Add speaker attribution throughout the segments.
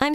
Speaker 1: I'm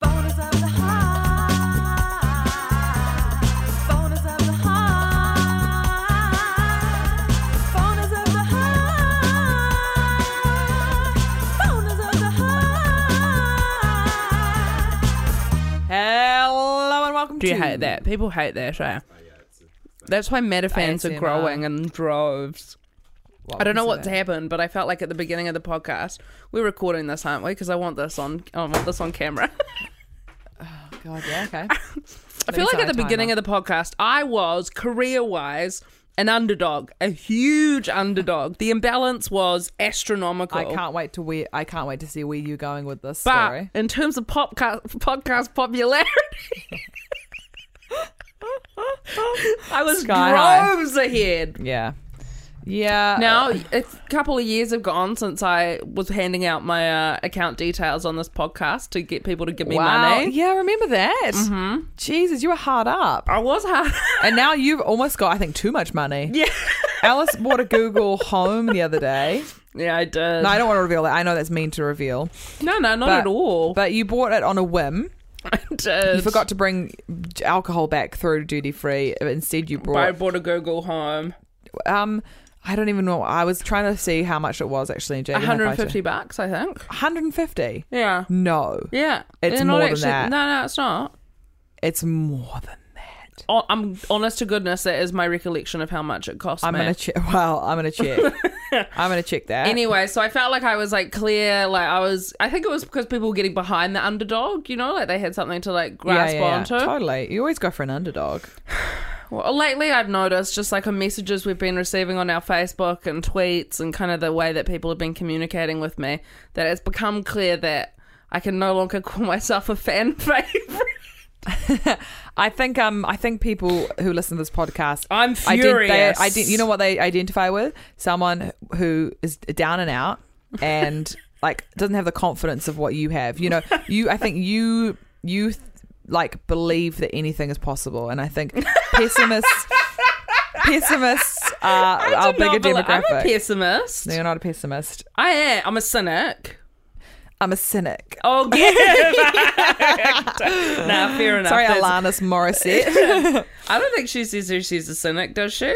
Speaker 2: Bonus of the high. Bonus of the high. Bonus of the high. Bonus of the high. Hello and welcome
Speaker 3: Do you
Speaker 2: to
Speaker 3: hate that? People hate that
Speaker 2: Oh,
Speaker 3: show. That's why meta fans are
Speaker 2: ASMR.
Speaker 3: growing in droves. I don't know
Speaker 2: was
Speaker 3: what's happened, but I felt like at the beginning of the podcast, we're recording this, aren't we? Because I want this on, I want this on camera.
Speaker 2: God, yeah, okay.
Speaker 3: I feel like at the beginning of the podcast, I was career wise an underdog, a huge underdog. The imbalance was astronomical.
Speaker 2: I can't wait to where I can't wait to see where you're going with this
Speaker 3: But
Speaker 2: story.
Speaker 3: in terms of popca- podcast popularity, I was
Speaker 2: Sky high.
Speaker 3: droves ahead.
Speaker 2: Yeah. Yeah.
Speaker 3: Now, a couple of years have gone since I was handing out my uh, account details on this podcast to get people to give me
Speaker 2: wow.
Speaker 3: money.
Speaker 2: Yeah, I remember that. Mm-hmm. Jesus, you were hard up.
Speaker 3: I was hard.
Speaker 2: And now you've almost got, I think, too much money.
Speaker 3: yeah.
Speaker 2: Alice bought a Google Home the other day.
Speaker 3: Yeah, I did.
Speaker 2: No, I don't want to reveal that. I know that's mean to reveal.
Speaker 3: no, no, not
Speaker 2: But-
Speaker 3: at all.
Speaker 2: But you bought it on a whim.
Speaker 3: I did.
Speaker 2: You forgot to bring alcohol back through duty free. Instead, you
Speaker 3: I
Speaker 2: brought.
Speaker 3: bought a Google Home.
Speaker 2: Um, I don't even know. I was trying to see how much it was actually. In
Speaker 3: 150 bucks, I think.
Speaker 2: 150.
Speaker 3: Yeah.
Speaker 2: No,
Speaker 3: Yeah.
Speaker 2: It's
Speaker 3: They're not
Speaker 2: more than
Speaker 3: actually-
Speaker 2: that.
Speaker 3: No, no, it's not.
Speaker 2: it's more than that.
Speaker 3: Oh, I'm honest to goodness, that is my recollection of how much it cost
Speaker 2: I'm
Speaker 3: me.
Speaker 2: gonna check. Well, I'm gonna check. I'm gonna check that.
Speaker 3: Anyway, so I felt like I was like clear, like I was. I think it was because people were getting behind the underdog, you know, like they had something to like grasp onto.
Speaker 2: Totally. You always go for an underdog.
Speaker 3: Well, lately, I've noticed just like on messages we've been receiving on our Facebook and tweets, and kind of the way that people have been communicating with me, that it's become clear that I can no longer call myself a fan favorite.
Speaker 2: I think um I think people who listen to this podcast
Speaker 3: I'm
Speaker 2: ident- they-
Speaker 3: furious.
Speaker 2: ident- you know what they identify with? Someone who is down and out and like doesn't have the confidence of what you have. You know, you I think you you like believe that anything is possible and I think pessimists pessimists are our
Speaker 3: I do not
Speaker 2: bigger
Speaker 3: believe-
Speaker 2: demographic.
Speaker 3: I'm a pessimist.
Speaker 2: no, you're not a pessimist.
Speaker 3: I am. I'm a cynic.
Speaker 2: I'm a cynic.
Speaker 3: Oh, yeah. nah, fair enough.
Speaker 2: Sorry,
Speaker 3: That's-
Speaker 2: Alanis Morissette.
Speaker 3: I don't think she says that she's a cynic, does she?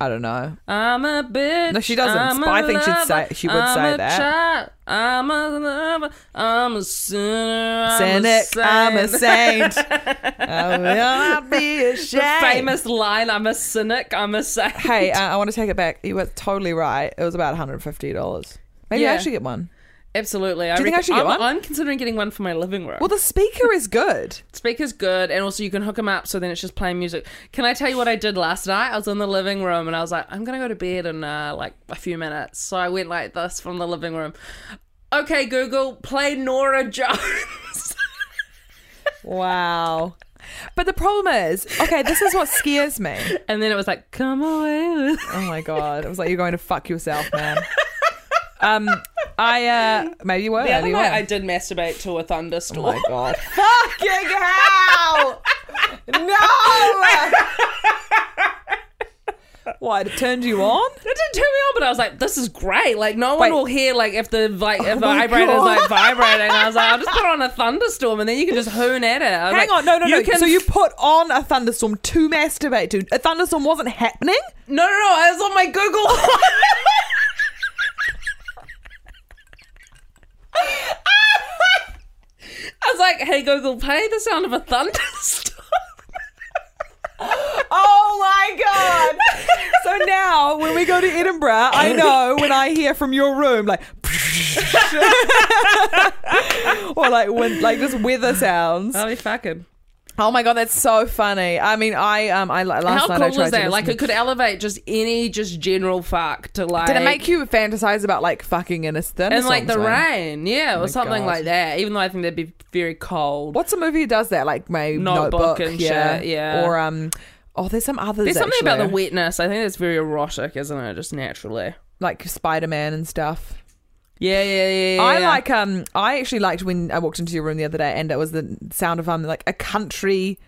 Speaker 2: I don't know.
Speaker 3: I'm a bitch.
Speaker 2: No, she doesn't,
Speaker 3: I'm
Speaker 2: but
Speaker 3: a
Speaker 2: I think she'd
Speaker 3: lover,
Speaker 2: say- she would
Speaker 3: I'm
Speaker 2: say
Speaker 3: a
Speaker 2: that.
Speaker 3: Child, I'm a lover. I'm a sinner. I'm
Speaker 2: Cynic.
Speaker 3: A
Speaker 2: I'm a
Speaker 3: saint.
Speaker 2: saint. I will not be
Speaker 3: The
Speaker 2: ashamed.
Speaker 3: famous line. I'm a cynic. I'm a saint.
Speaker 2: Hey, uh, I want to take it back. You were totally right. It was about $150. Maybe
Speaker 3: Yeah.
Speaker 2: I should get one.
Speaker 3: absolutely. I
Speaker 2: Do you think I
Speaker 3: reckon-
Speaker 2: should get
Speaker 3: I'm,
Speaker 2: one?
Speaker 3: I'm considering getting one for my living room.
Speaker 2: Well, the speaker is good.
Speaker 3: speaker's good and also you can hook them up so then it's just playing music can i tell you what i did last night i was in the living room and i was like i'm gonna go to bed in uh, like a few minutes so i went like this from the living room okay google play nora jones
Speaker 2: Wow. But the problem is, okay, this is what scares me.
Speaker 3: and then it was like come away with
Speaker 2: Oh my god! It was like you're going to fuck yourself, man. Um, I uh, maybe you were.
Speaker 3: the other
Speaker 2: maybe you
Speaker 3: night
Speaker 2: were.
Speaker 3: i did masturbate to a thunderstorm
Speaker 2: Oh my god! Fucking hell! No! What? It turned you on?
Speaker 3: It didn't turn me on, but I was like, "This is great!" Like no
Speaker 2: Wait.
Speaker 3: one
Speaker 2: Oh
Speaker 3: will hear like if the like if the
Speaker 2: my
Speaker 3: vibrator's
Speaker 2: God.
Speaker 3: like vibrating. I was like, "I'll just put on a thunderstorm, and then you can just hoon at it." I was
Speaker 2: Hang
Speaker 3: like,
Speaker 2: on, no, no,
Speaker 3: you
Speaker 2: no.
Speaker 3: Can
Speaker 2: So you put on a thunderstorm to masturbate to? A thunderstorm wasn't happening.
Speaker 3: No, no, no. I was on my Google. I was like, hey, Google, play the sound of a thunderstorm.
Speaker 2: Oh my god! so now, when we go to Edinburgh, I know when I hear from your room, like. or like when like just weather sounds.
Speaker 3: I'll be fucking.
Speaker 2: Oh my god, that's so funny. I mean, I um, I last
Speaker 3: How
Speaker 2: night I
Speaker 3: cool
Speaker 2: tried
Speaker 3: is
Speaker 2: to
Speaker 3: that? Like,
Speaker 2: listen
Speaker 3: it could elevate just any just general fuck to like.
Speaker 2: Did it make you fantasize about like fucking innocent
Speaker 3: and like the
Speaker 2: rain?
Speaker 3: rain, yeah, or something
Speaker 2: Oh God.
Speaker 3: like that. Even though I think that'd be very cold.
Speaker 2: What's a movie that does that? Like my
Speaker 3: Notebook
Speaker 2: notebook,
Speaker 3: and
Speaker 2: yeah.
Speaker 3: shit, yeah.
Speaker 2: Or um, oh, there's some others.
Speaker 3: There's something about
Speaker 2: actually.
Speaker 3: the wetness. I think that's very erotic, isn't it? Just naturally.
Speaker 2: like Spider Man and stuff.
Speaker 3: Yeah, yeah, yeah.
Speaker 2: I like um, I actually liked when I walked into your room the other day, and it was the sound of um, like a country,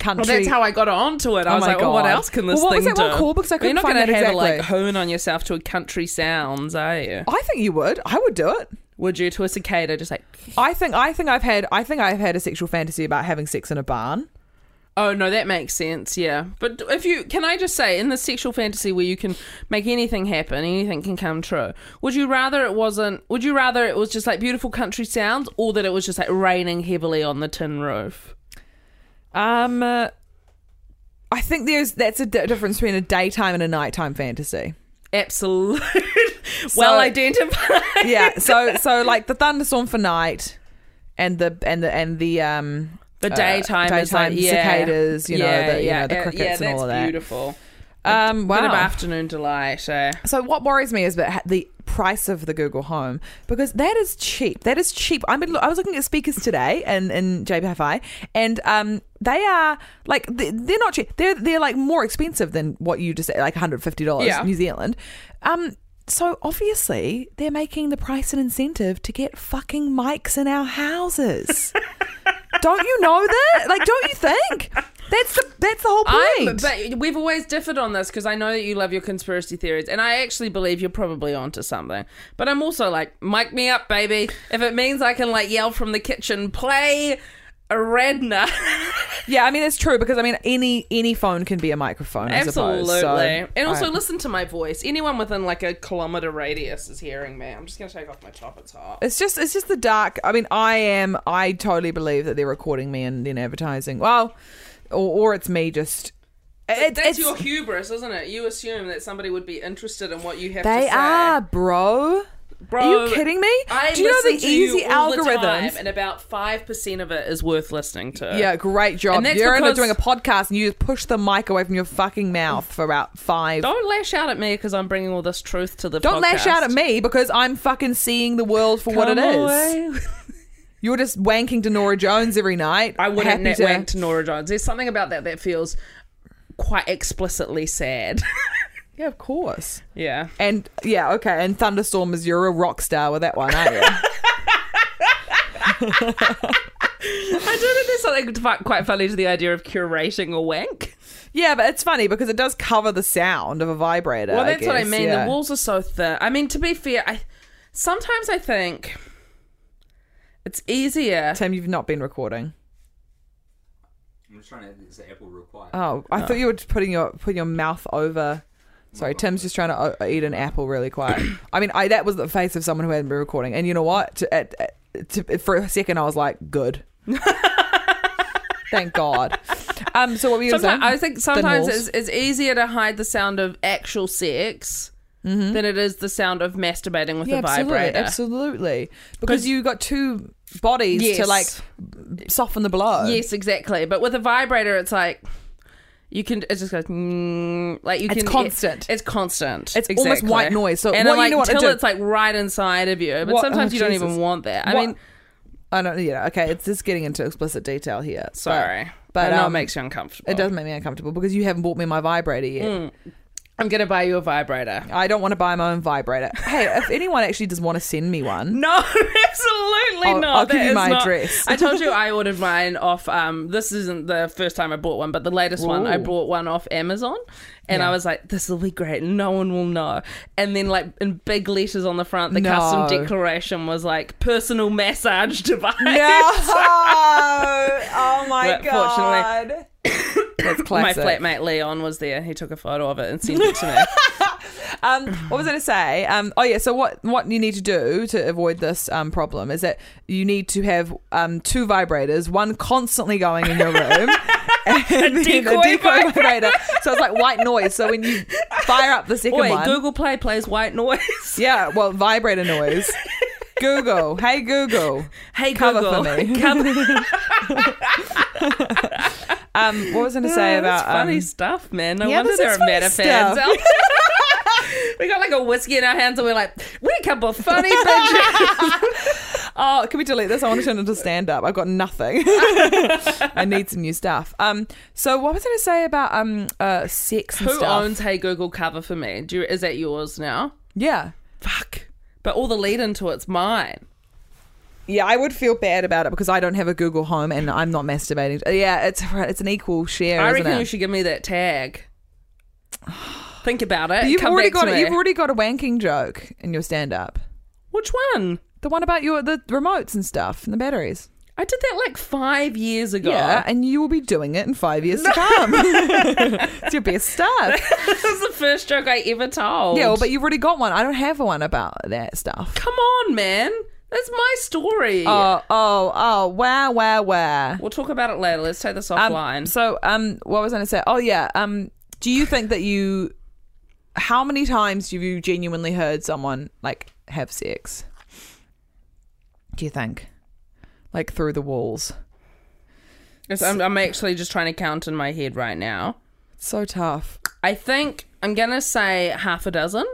Speaker 2: country.
Speaker 3: Well, that's how I got onto it. I
Speaker 2: Oh
Speaker 3: was
Speaker 2: my
Speaker 3: like, well, what
Speaker 2: God.
Speaker 3: else can this
Speaker 2: Well, what
Speaker 3: thing
Speaker 2: was that one
Speaker 3: do?
Speaker 2: called? Because I
Speaker 3: Well, you're not
Speaker 2: couldn't find
Speaker 3: gonna
Speaker 2: that
Speaker 3: have to like
Speaker 2: exactly.
Speaker 3: hone on yourself to a country sounds, are you?
Speaker 2: I think you would. I would do it.
Speaker 3: Would you to a cicada? Just like,
Speaker 2: I think. I think I've had. I think I've had a sexual fantasy about having sex in a barn.
Speaker 3: oh no, that makes sense. Yeah, but if you can, I just say in the sexual fantasy where you can make anything happen, anything can come true. Would you rather it wasn't? Would you rather it was just like beautiful country sounds, or that it was just like raining heavily on the tin roof?
Speaker 2: Um, uh, I think there's that's a di- difference between a daytime and a nighttime fantasy.
Speaker 3: Absolute. well identified.
Speaker 2: yeah so so like the thunderstorm for night and the and the and the um
Speaker 3: The
Speaker 2: uh,
Speaker 3: daytime, is like,
Speaker 2: daytime
Speaker 3: yeah,
Speaker 2: cicadas, you know,
Speaker 3: yeah,
Speaker 2: the- you
Speaker 3: yeah,
Speaker 2: know, the
Speaker 3: uh, yeah,
Speaker 2: crickets and all
Speaker 3: that's
Speaker 2: of that.
Speaker 3: Beautiful.
Speaker 2: um
Speaker 3: Bit of
Speaker 2: wow
Speaker 3: afternoon delight. Eh?
Speaker 2: so what worries me is that ha- the price of the google home because that is cheap that is cheap i mean i was looking at speakers today in in jbfi and um they are like they- they're not cheap they're they're like more expensive than what you just said like 150 dollars
Speaker 3: Yeah.
Speaker 2: new zealand um so obviously they're making the price an incentive to get fucking mics in our houses Don't you know that? Like, don't you think? That's the that's the whole
Speaker 3: I'm,
Speaker 2: point.
Speaker 3: but we've always differed on this because I know that you love your conspiracy theories, and I actually believe you're probably onto something. But I'm also like, mic me up, baby. If it means I can like yell from the kitchen, play Aradna.
Speaker 2: yeah, I mean it's true because I mean any any phone can be a microphone. I
Speaker 3: Absolutely.
Speaker 2: suppose, so
Speaker 3: and also
Speaker 2: I-
Speaker 3: listen to my voice. Anyone within like a kilometer radius is hearing me. I'm just gonna take off my top. It's hot.
Speaker 2: it's just it's just the dark. I mean, I am. I totally believe that they're recording me and then advertising. Well, or, or it's me just. It,
Speaker 3: That's
Speaker 2: it's,
Speaker 3: your hubris, isn't it? You assume that somebody would be interested in what you have to
Speaker 2: they
Speaker 3: say.
Speaker 2: are, bro.
Speaker 3: Bro,
Speaker 2: Are you kidding me?
Speaker 3: I
Speaker 2: Do you know
Speaker 3: listen
Speaker 2: the
Speaker 3: to you
Speaker 2: easy
Speaker 3: all the
Speaker 2: algorithms?
Speaker 3: time, and about five percent of it is worth listening to.
Speaker 2: Yeah, great job.
Speaker 3: And that's
Speaker 2: You're in
Speaker 3: because-
Speaker 2: doing a podcast and you just push the mic away from your fucking mouth for about five
Speaker 3: Don't lash out at me because I'm bringing all this truth to the.
Speaker 2: Don't lash out at me because I'm fucking seeing the world for what it is. You're just wanking to Nora Jones every night.
Speaker 3: I wouldn't
Speaker 2: happy
Speaker 3: net wank to Nora Jones. There's something about that that feels quite explicitly sad.
Speaker 2: Yeah, of course.
Speaker 3: yeah.
Speaker 2: And yeah, okay. And Thunderstorm is you're a rock star with that one, aren't you?
Speaker 3: I do think there's something fu- quite funny to the idea of curating a wank.
Speaker 2: yeah, but it's funny because it does cover the sound of a vibrator.
Speaker 3: Well, that's what I
Speaker 2: guess,
Speaker 3: mean.
Speaker 2: yeah.
Speaker 3: The walls are so thin. I mean, to be fair, I sometimes I think it's easier.
Speaker 2: Tim, you've not been recording.
Speaker 4: I'm just trying to it's the Apple real quiet.
Speaker 2: Oh, I thought you were putting your putting your mouth over. Sorry, Tim's just trying to o- eat an apple really quiet. I mean, I that was the face of someone who hadn't been recording. And you know what? To, at, at- to, for a second, I was like, good. Thank God. Um, so what were you saying?
Speaker 3: Sometimes, I think sometimes
Speaker 2: walls.
Speaker 3: it's, it's easier to hide the sound of actual sex than it is the sound of masturbating with
Speaker 2: Mm-hmm. yeah,
Speaker 3: a
Speaker 2: absolutely,
Speaker 3: vibrator.
Speaker 2: absolutely, because you got two bodies to
Speaker 3: Yes.
Speaker 2: like soften the blow.
Speaker 3: Yes, exactly. But with a vibrator, it's like you can. It just goes mm, like you
Speaker 2: It's
Speaker 3: can.
Speaker 2: constant.
Speaker 3: it's constant.
Speaker 2: It's almost white noise. So
Speaker 3: and I'm
Speaker 2: what you
Speaker 3: like
Speaker 2: know what to
Speaker 3: till
Speaker 2: do-
Speaker 3: it's like right inside of you. But
Speaker 2: What-
Speaker 3: sometimes
Speaker 2: oh,
Speaker 3: you don't
Speaker 2: Jesus.
Speaker 3: even want that. I
Speaker 2: What-
Speaker 3: mean,
Speaker 2: I don't. Yeah, okay. It's just getting into explicit detail here. But-
Speaker 3: sorry,
Speaker 2: but,
Speaker 3: but I know it
Speaker 2: um,
Speaker 3: makes you Mm. uncomfortable.
Speaker 2: It does make me uncomfortable because you haven't bought me my vibrator yet.
Speaker 3: I'm gonna buy you a vibrator.
Speaker 2: I don't want to buy my own vibrator. Hey, if anyone actually does want to send me one,
Speaker 3: No, absolutely
Speaker 2: I'll-
Speaker 3: not.
Speaker 2: I'll give
Speaker 3: That
Speaker 2: you
Speaker 3: is
Speaker 2: my
Speaker 3: not-
Speaker 2: address.
Speaker 3: I told you I ordered mine off. Um, this isn't the first time I bought one, but the latest one I
Speaker 2: Ooh.
Speaker 3: bought one off Amazon, and I was like, "This will be great. No one will know." And then, like in big letters on the front, the
Speaker 2: No.
Speaker 3: custom declaration was like "personal massage device."
Speaker 2: oh my
Speaker 3: But fortunately-
Speaker 2: that's
Speaker 3: My
Speaker 2: classic.
Speaker 3: flatmate Leon was there. He took a photo of it and sent it to me.
Speaker 2: um, what was I going to say? Um, oh yeah. So what what you need to do to avoid this um, problem is that you need to have um, two vibrators, one constantly going in your room. And then a
Speaker 3: decoy vibrator.
Speaker 2: So it's like white noise. So when you fire up the second
Speaker 3: Wait,
Speaker 2: one,
Speaker 3: Google Play plays white noise.
Speaker 2: yeah, well, vibrator noise. Google, hey Google,
Speaker 3: Hey
Speaker 2: cover
Speaker 3: Google,
Speaker 2: for me.
Speaker 3: cover-
Speaker 2: Um, what was I going to say about
Speaker 3: Uh, That's funny
Speaker 2: um,
Speaker 3: stuff, man. No
Speaker 2: yeah,
Speaker 3: wonder
Speaker 2: this is
Speaker 3: there are
Speaker 2: funny
Speaker 3: meta fans.
Speaker 2: stuff.
Speaker 3: out there. we got like a whiskey in our hands and we're like, we're a couple of funny bitches.
Speaker 2: Oh, can we delete this? I want to turn into stand up. I've got nothing. I need some new stuff. Um, so what was I going to say about um, uh, sex and
Speaker 3: Who
Speaker 2: stuff?
Speaker 3: owns Hey Google cover for me? Do you, is that yours now?
Speaker 2: yeah,
Speaker 3: Fuck. But all the lead into it's mine.
Speaker 2: yeah. I would feel bad about it because I don't have a Google Home and I'm not masturbating. Uh, Yeah, it's it's an equal share.
Speaker 3: I
Speaker 2: isn't
Speaker 3: reckon
Speaker 2: it?
Speaker 3: you should give me that tag. Think about it.
Speaker 2: You've
Speaker 3: Come
Speaker 2: already
Speaker 3: back
Speaker 2: got
Speaker 3: to
Speaker 2: it.
Speaker 3: me.
Speaker 2: You've already got a wanking joke in your stand up.
Speaker 3: Which one?
Speaker 2: The one about your the remotes and stuff and the batteries.
Speaker 3: I did that like five years ago.
Speaker 2: Yeah, and you will be doing it in five years to come. it's your best stuff.
Speaker 3: this is the first joke I ever told.
Speaker 2: Yeah, well, but you've already got one. I don't have one about that stuff.
Speaker 3: come on, man. That's my story.
Speaker 2: Oh, oh, oh, wow, wow, wow.
Speaker 3: we'll talk about it later. Let's take this
Speaker 2: Um,
Speaker 3: offline.
Speaker 2: So, um, what was I going to say? Oh, yeah. Um, do you think that you, how many times have you genuinely heard someone like have sex? Do you think, like through the walls?
Speaker 3: Yes, I'm, I'm actually just trying to count in my head right now.
Speaker 2: It's so tough.
Speaker 3: I think I'm gonna say half a dozen.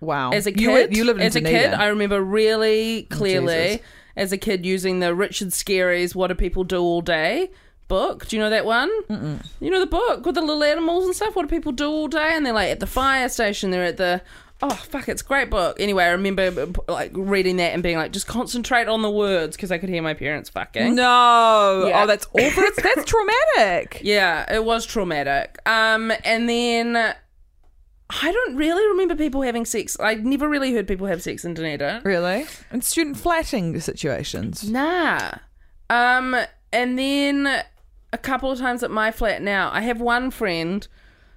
Speaker 2: Wow.
Speaker 3: As a kid,
Speaker 2: you, li- you lived in
Speaker 3: as a
Speaker 2: Dunedin. Oh,
Speaker 3: kid, I remember really clearly
Speaker 2: Jesus.
Speaker 3: as a kid using the Richard Scarry's "What Do People Do All Day" book. Do you know that one? Mm-mm. You know the book with the little animals and stuff. What do people do all day? And they're like at the fire station. They're at the oh fuck, it's a great book. Anyway, I remember like reading that and being like, just concentrate on the words because I could hear my parents fucking.
Speaker 2: no.
Speaker 3: Yeah.
Speaker 2: Oh, that's awful. That's, that's traumatic.
Speaker 3: Yeah, it was traumatic. Um, and then I don't really remember people having sex. I never really heard people have sex in Dunedin.
Speaker 2: Really? And student flatting situations.
Speaker 3: Nah. Um, and then a couple of times at my flat now, I have one friend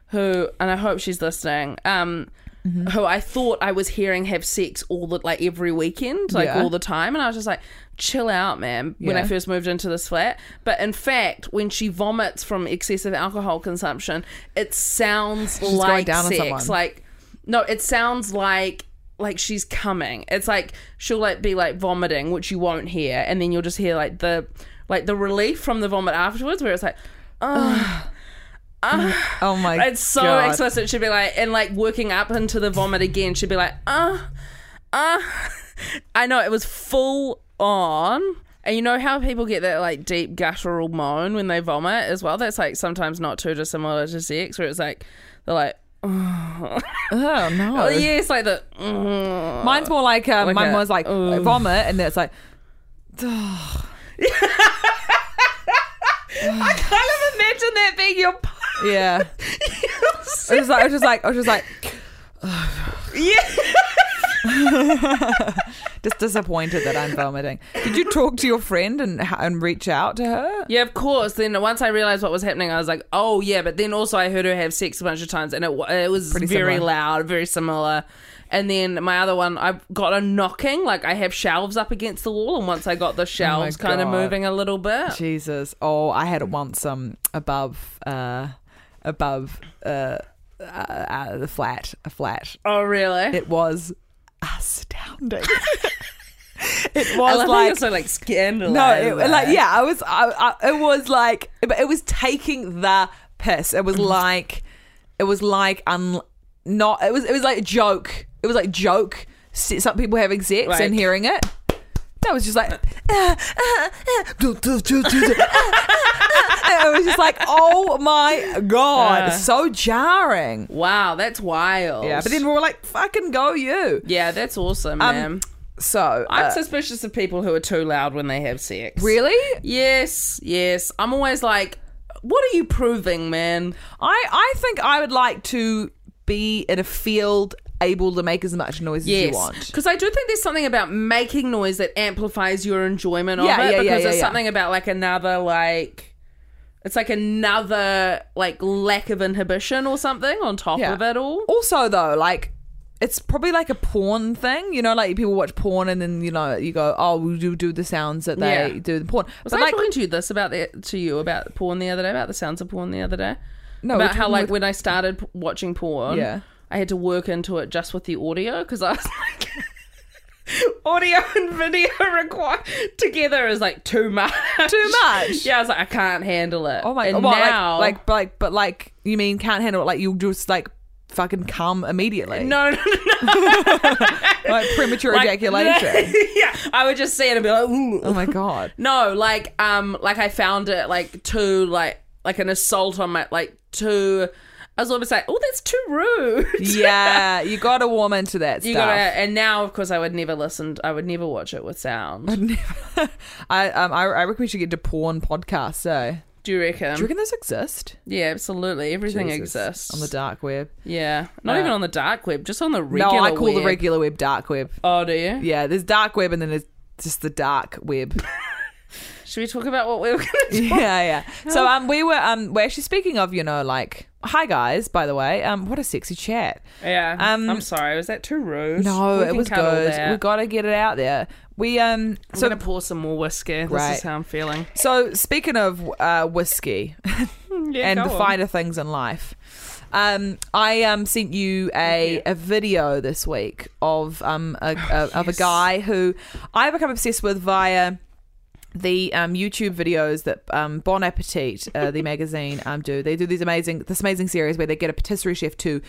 Speaker 3: who, and I hope she's listening. Um.
Speaker 2: Mm-hmm.
Speaker 3: Who I thought I was hearing have sex all the like every weekend, like
Speaker 2: Yeah.
Speaker 3: all the time, and I was just like, "Chill out, man." When I
Speaker 2: Yeah.
Speaker 3: first first moved into this flat. But in fact, when she vomits from excessive alcohol consumption, it sounds
Speaker 2: She's going
Speaker 3: like
Speaker 2: down on
Speaker 3: sex.
Speaker 2: someone.
Speaker 3: Like no, it sounds like like she's coming. It's like she'll like be like vomiting, which you won't hear, and then you'll just hear like the like the relief from the vomit afterwards, where it's like.
Speaker 2: Oh my
Speaker 3: It's so
Speaker 2: God.
Speaker 3: explicit. She'd be like, and like working up into the vomit again. She'd be like, uh, uh. I know it was full on. And you know how people get that like deep guttural moan when they vomit as well? That's like sometimes not too dissimilar to sex, where it's like, they're like,
Speaker 2: Oh no.
Speaker 3: oh, yeah, it's like the, mm.
Speaker 2: Mine's more like um,
Speaker 3: Like
Speaker 2: mine
Speaker 3: a-
Speaker 2: was like vomit, and then it's like
Speaker 3: kind of imagine that being your.
Speaker 2: yeah. it was like I was just like I was just like
Speaker 3: Yeah.
Speaker 2: just disappointed that I'm vomiting. Did you talk to your friend and and reach out to her?
Speaker 3: Yeah, of course. Then once I realized what was happening, I was like, "Oh yeah." But then also, I heard her have sex a bunch of times, and it wa- it was
Speaker 2: Pretty
Speaker 3: very
Speaker 2: similar.
Speaker 3: loud, very similar. And then my other one, I got a knocking. Like I have shelves up against the wall, and once I got the shelves kind of
Speaker 2: Oh God.
Speaker 3: moving a little bit,
Speaker 2: Jesus. Oh, I had it once um above uh above uh, uh, uh the flat a flat.
Speaker 3: oh really?
Speaker 2: It was astounding. it
Speaker 3: I
Speaker 2: was
Speaker 3: love like,
Speaker 2: like
Speaker 3: it's so like scandalized.
Speaker 2: No, it, like yeah, I was, I, I, it was like, but it was taking the piss. It
Speaker 3: Mm-hmm.
Speaker 2: was like, it was like un, not. It was, it was like a joke. It was like joke. se- Some people having sex
Speaker 3: Right. Uh.
Speaker 2: and hearing it. That was just like. uh, uh, it was just like, oh my
Speaker 3: Uh.
Speaker 2: god, so jarring.
Speaker 3: Wow, that's wild.
Speaker 2: Yeah, but then we were like, fucking go you.
Speaker 3: yeah, that's awesome,
Speaker 2: Um,
Speaker 3: man.
Speaker 2: So
Speaker 3: I'm
Speaker 2: uh,
Speaker 3: suspicious of people who are too loud when they have sex.
Speaker 2: really,
Speaker 3: Yes, yes. I'm always like, "What are you proving, man?"
Speaker 2: I I think I would like to be in a field able to make as much noise as you want.
Speaker 3: Because I do think there's something about making noise that amplifies your enjoyment
Speaker 2: Yeah,
Speaker 3: of it.
Speaker 2: yeah, yeah,
Speaker 3: because
Speaker 2: yeah,
Speaker 3: there's
Speaker 2: yeah.
Speaker 3: something about like another like it's like another like lack of inhibition or something on top
Speaker 2: Yeah.
Speaker 3: of it all.
Speaker 2: Also, though, like it's probably like a porn thing, you know, like people watch porn and then you know you go, oh, we do do the sounds that they
Speaker 3: Yeah.
Speaker 2: do in porn.
Speaker 3: Was
Speaker 2: but
Speaker 3: I
Speaker 2: like,
Speaker 3: talking to you this about the, to you about porn the other day about the sounds of porn the other day?
Speaker 2: No, we're
Speaker 3: about how
Speaker 2: talking
Speaker 3: like
Speaker 2: with-
Speaker 3: when I started p- watching porn,
Speaker 2: Yeah.
Speaker 3: I had to work into it just with the audio because I was like, audio and video required together is like too much.
Speaker 2: Too much?
Speaker 3: Yeah, I was like, I can't handle it.
Speaker 2: Oh my
Speaker 3: and
Speaker 2: god! What, like-
Speaker 3: now,
Speaker 2: like, but like, but like, you mean can't handle it? Like you'll just like fucking come immediately?
Speaker 3: no, no, no,
Speaker 2: like premature
Speaker 3: like-
Speaker 2: ejaculation.
Speaker 3: yeah, I would just see it and be like, ooh.
Speaker 2: oh my god!
Speaker 3: No, like um like I found it like too like like an assault on my like too I was almost like, Oh, that's too rude.
Speaker 2: Yeah, you got to warm into that
Speaker 3: You
Speaker 2: stuff.
Speaker 3: gotta and now of course I would never listen I would never watch it with sound.
Speaker 2: I um I, I reckon we should get to porn podcasts. eh? So
Speaker 3: Do you reckon?
Speaker 2: do you reckon those exist?
Speaker 3: yeah, absolutely. Everything
Speaker 2: Jesus.
Speaker 3: exists.
Speaker 2: on the dark web.
Speaker 3: yeah. Not even on the dark web, just on the regular
Speaker 2: no, I call
Speaker 3: web.
Speaker 2: the regular web dark web.
Speaker 3: Oh, do you?
Speaker 2: Yeah, there's dark web and then there's just the dark web.
Speaker 3: Should we talk about what we were gonna do?
Speaker 2: yeah, yeah. So um, we were um, we're actually speaking of you know like hi guys by the way um, what a sexy chat.
Speaker 3: Yeah.
Speaker 2: Um,
Speaker 3: I'm sorry, was that too rude?
Speaker 2: No,
Speaker 3: We
Speaker 2: it
Speaker 3: can
Speaker 2: was
Speaker 3: cut all
Speaker 2: good.
Speaker 3: that.
Speaker 2: We got to get it out there. We um,
Speaker 3: I'm
Speaker 2: so
Speaker 3: gonna pour some more whiskey. This
Speaker 2: Right.
Speaker 3: is how I'm feeling.
Speaker 2: so speaking of uh, whiskey and the finer things in life. Um, I um sent you a, a video this week of um a, a, of a guy who I become obsessed with via the um, YouTube videos that um, Bon Appetit, uh, the magazine, um, do. They do these amazing, this amazing series where they get a patisserie chef to,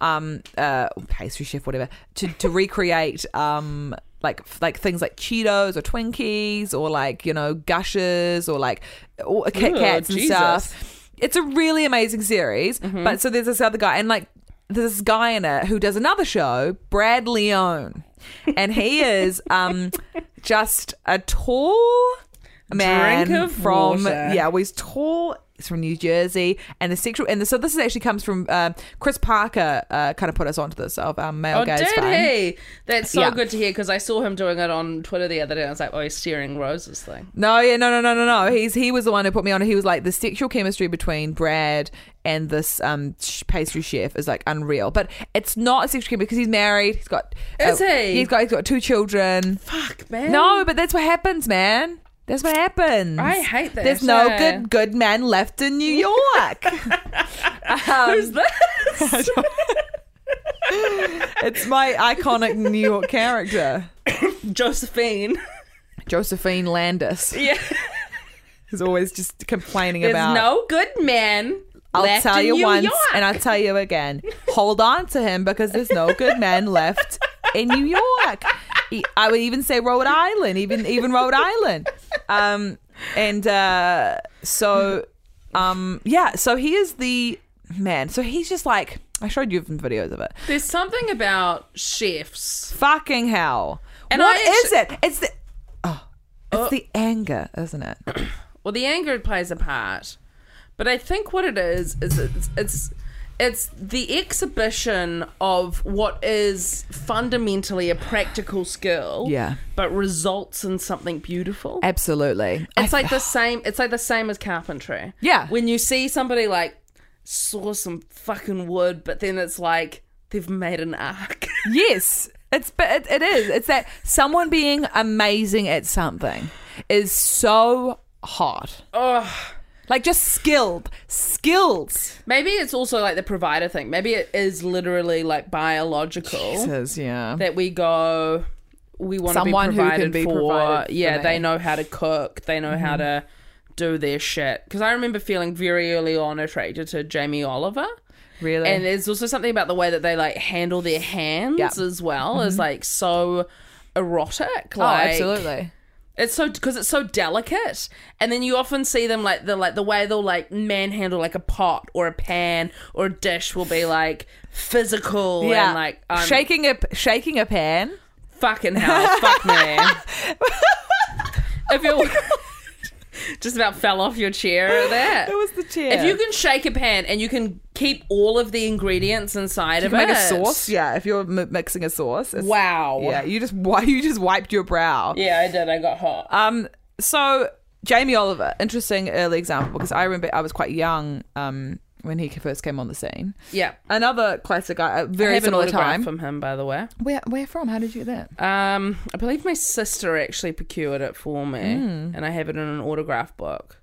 Speaker 2: um, uh, pastry chef, whatever, to, to recreate um, like like things like Cheetos or Twinkies or like you know Gushers or like or Kit
Speaker 3: Ooh,
Speaker 2: Kats and
Speaker 3: Jesus.
Speaker 2: stuff. It's a really amazing series.
Speaker 3: Mm-hmm.
Speaker 2: But so there's this other guy and like. There's this guy in it who does another show, Brad Leone, and he is um, just a tall man
Speaker 3: Drink of
Speaker 2: from
Speaker 3: water.
Speaker 2: yeah, well, he's tall. He's from New Jersey, and the sexual and the, so this is actually comes from uh, Chris Parker. Uh, kind of put us onto this of um, male
Speaker 3: Oh,
Speaker 2: gaze
Speaker 3: did
Speaker 2: fine.
Speaker 3: he? That's so
Speaker 2: Yeah.
Speaker 3: good to hear because I saw him doing it on Twitter the other day. And I was like, oh, he's steering Rose's thing.
Speaker 2: No, yeah, no, no, no, no, no. He's he was the one who put me on. He was like the sexual chemistry between Brad and this um sh- pastry chef is like unreal. But it's not a sexual chemistry because he's married. He's got uh,
Speaker 3: Is he?
Speaker 2: He's got he's got two children.
Speaker 3: Fuck, man.
Speaker 2: No, but that's what happens, man. That's what happens.
Speaker 3: I hate that,
Speaker 2: There's no
Speaker 3: yeah.
Speaker 2: good good man left in New York.
Speaker 3: Who's this?
Speaker 2: it's my iconic New York character,
Speaker 3: Josephine.
Speaker 2: Josephine Landis,
Speaker 3: Yeah.
Speaker 2: who's always just complaining
Speaker 3: There's
Speaker 2: about.
Speaker 3: no good man.
Speaker 2: I'll
Speaker 3: left
Speaker 2: tell
Speaker 3: in
Speaker 2: you
Speaker 3: New
Speaker 2: once,
Speaker 3: York.
Speaker 2: and I'll tell you again. Hold on to him because there's no good man left in New York. E- I would even say Rhode Island, even even Rhode Island. Um, and uh, so, um, yeah. So he is the man. So he's just like I showed you some videos of it.
Speaker 3: There's something about chefs.
Speaker 2: Fucking hell!
Speaker 3: And
Speaker 2: What
Speaker 3: I Uh,
Speaker 2: is it? It's the oh, it's the anger, isn't it?
Speaker 3: Well, the anger plays a part, but I think what it is is it's it's, it's the exhibition of what is fundamentally a practical skill.
Speaker 2: Yeah.
Speaker 3: But results in something beautiful.
Speaker 2: Absolutely.
Speaker 3: It's like the same. It's like the same as carpentry.
Speaker 2: Yeah.
Speaker 3: When you see somebody like saw some fucking wood, but then it's like they've made an arc.
Speaker 2: Yes, it's but it, it is. It's that someone being amazing at something is so hot. Oh, like just skilled, skilled.
Speaker 3: Maybe it's also like the provider thing. Maybe it is literally like biological
Speaker 2: Says yeah.
Speaker 3: that we go. We want
Speaker 2: Someone
Speaker 3: to
Speaker 2: who
Speaker 3: be
Speaker 2: can
Speaker 3: provided
Speaker 2: be
Speaker 3: for.
Speaker 2: provided for Mm-hmm.
Speaker 3: yeah,
Speaker 2: me.
Speaker 3: they know how to cook. They know how to do their shit. Because I remember feeling very early on attracted to Jamie Oliver.
Speaker 2: Really?
Speaker 3: And there's also something about the way that they like handle their hands
Speaker 2: Yeah.
Speaker 3: as well is like so erotic.
Speaker 2: Mm-hmm. oh,
Speaker 3: Like,
Speaker 2: absolutely.
Speaker 3: It's so because it's so delicate, and then you often see them like the like the way they'll like manhandle like a pot or a pan or a dish will be like physical
Speaker 2: Yeah,
Speaker 3: and like I'm
Speaker 2: shaking a p- shaking a pan.
Speaker 3: fucking hell, fuck me. if you just about fell off your chair at that.
Speaker 2: That was the chair.
Speaker 3: If you can shake a pan and you can keep all of the ingredients inside
Speaker 2: You
Speaker 3: of
Speaker 2: can
Speaker 3: it,
Speaker 2: make a sauce, yeah. If you're mi- mixing a sauce, it's-
Speaker 3: Wow.
Speaker 2: yeah. You just wi- you just wiped your brow.
Speaker 3: Yeah, I did. I got hot.
Speaker 2: Um, so Jamie Oliver, interesting early example because I remember I was quite young um, when he first came on the scene.
Speaker 3: yeah.
Speaker 2: Another classic, guy, uh,
Speaker 3: I
Speaker 2: very
Speaker 3: have an
Speaker 2: similar
Speaker 3: autograph
Speaker 2: time.
Speaker 3: from him, by the way.
Speaker 2: where where from? How did you get that?
Speaker 3: Um, I believe my sister actually procured it for me,
Speaker 2: Hmm.
Speaker 3: and I have it in an autograph book.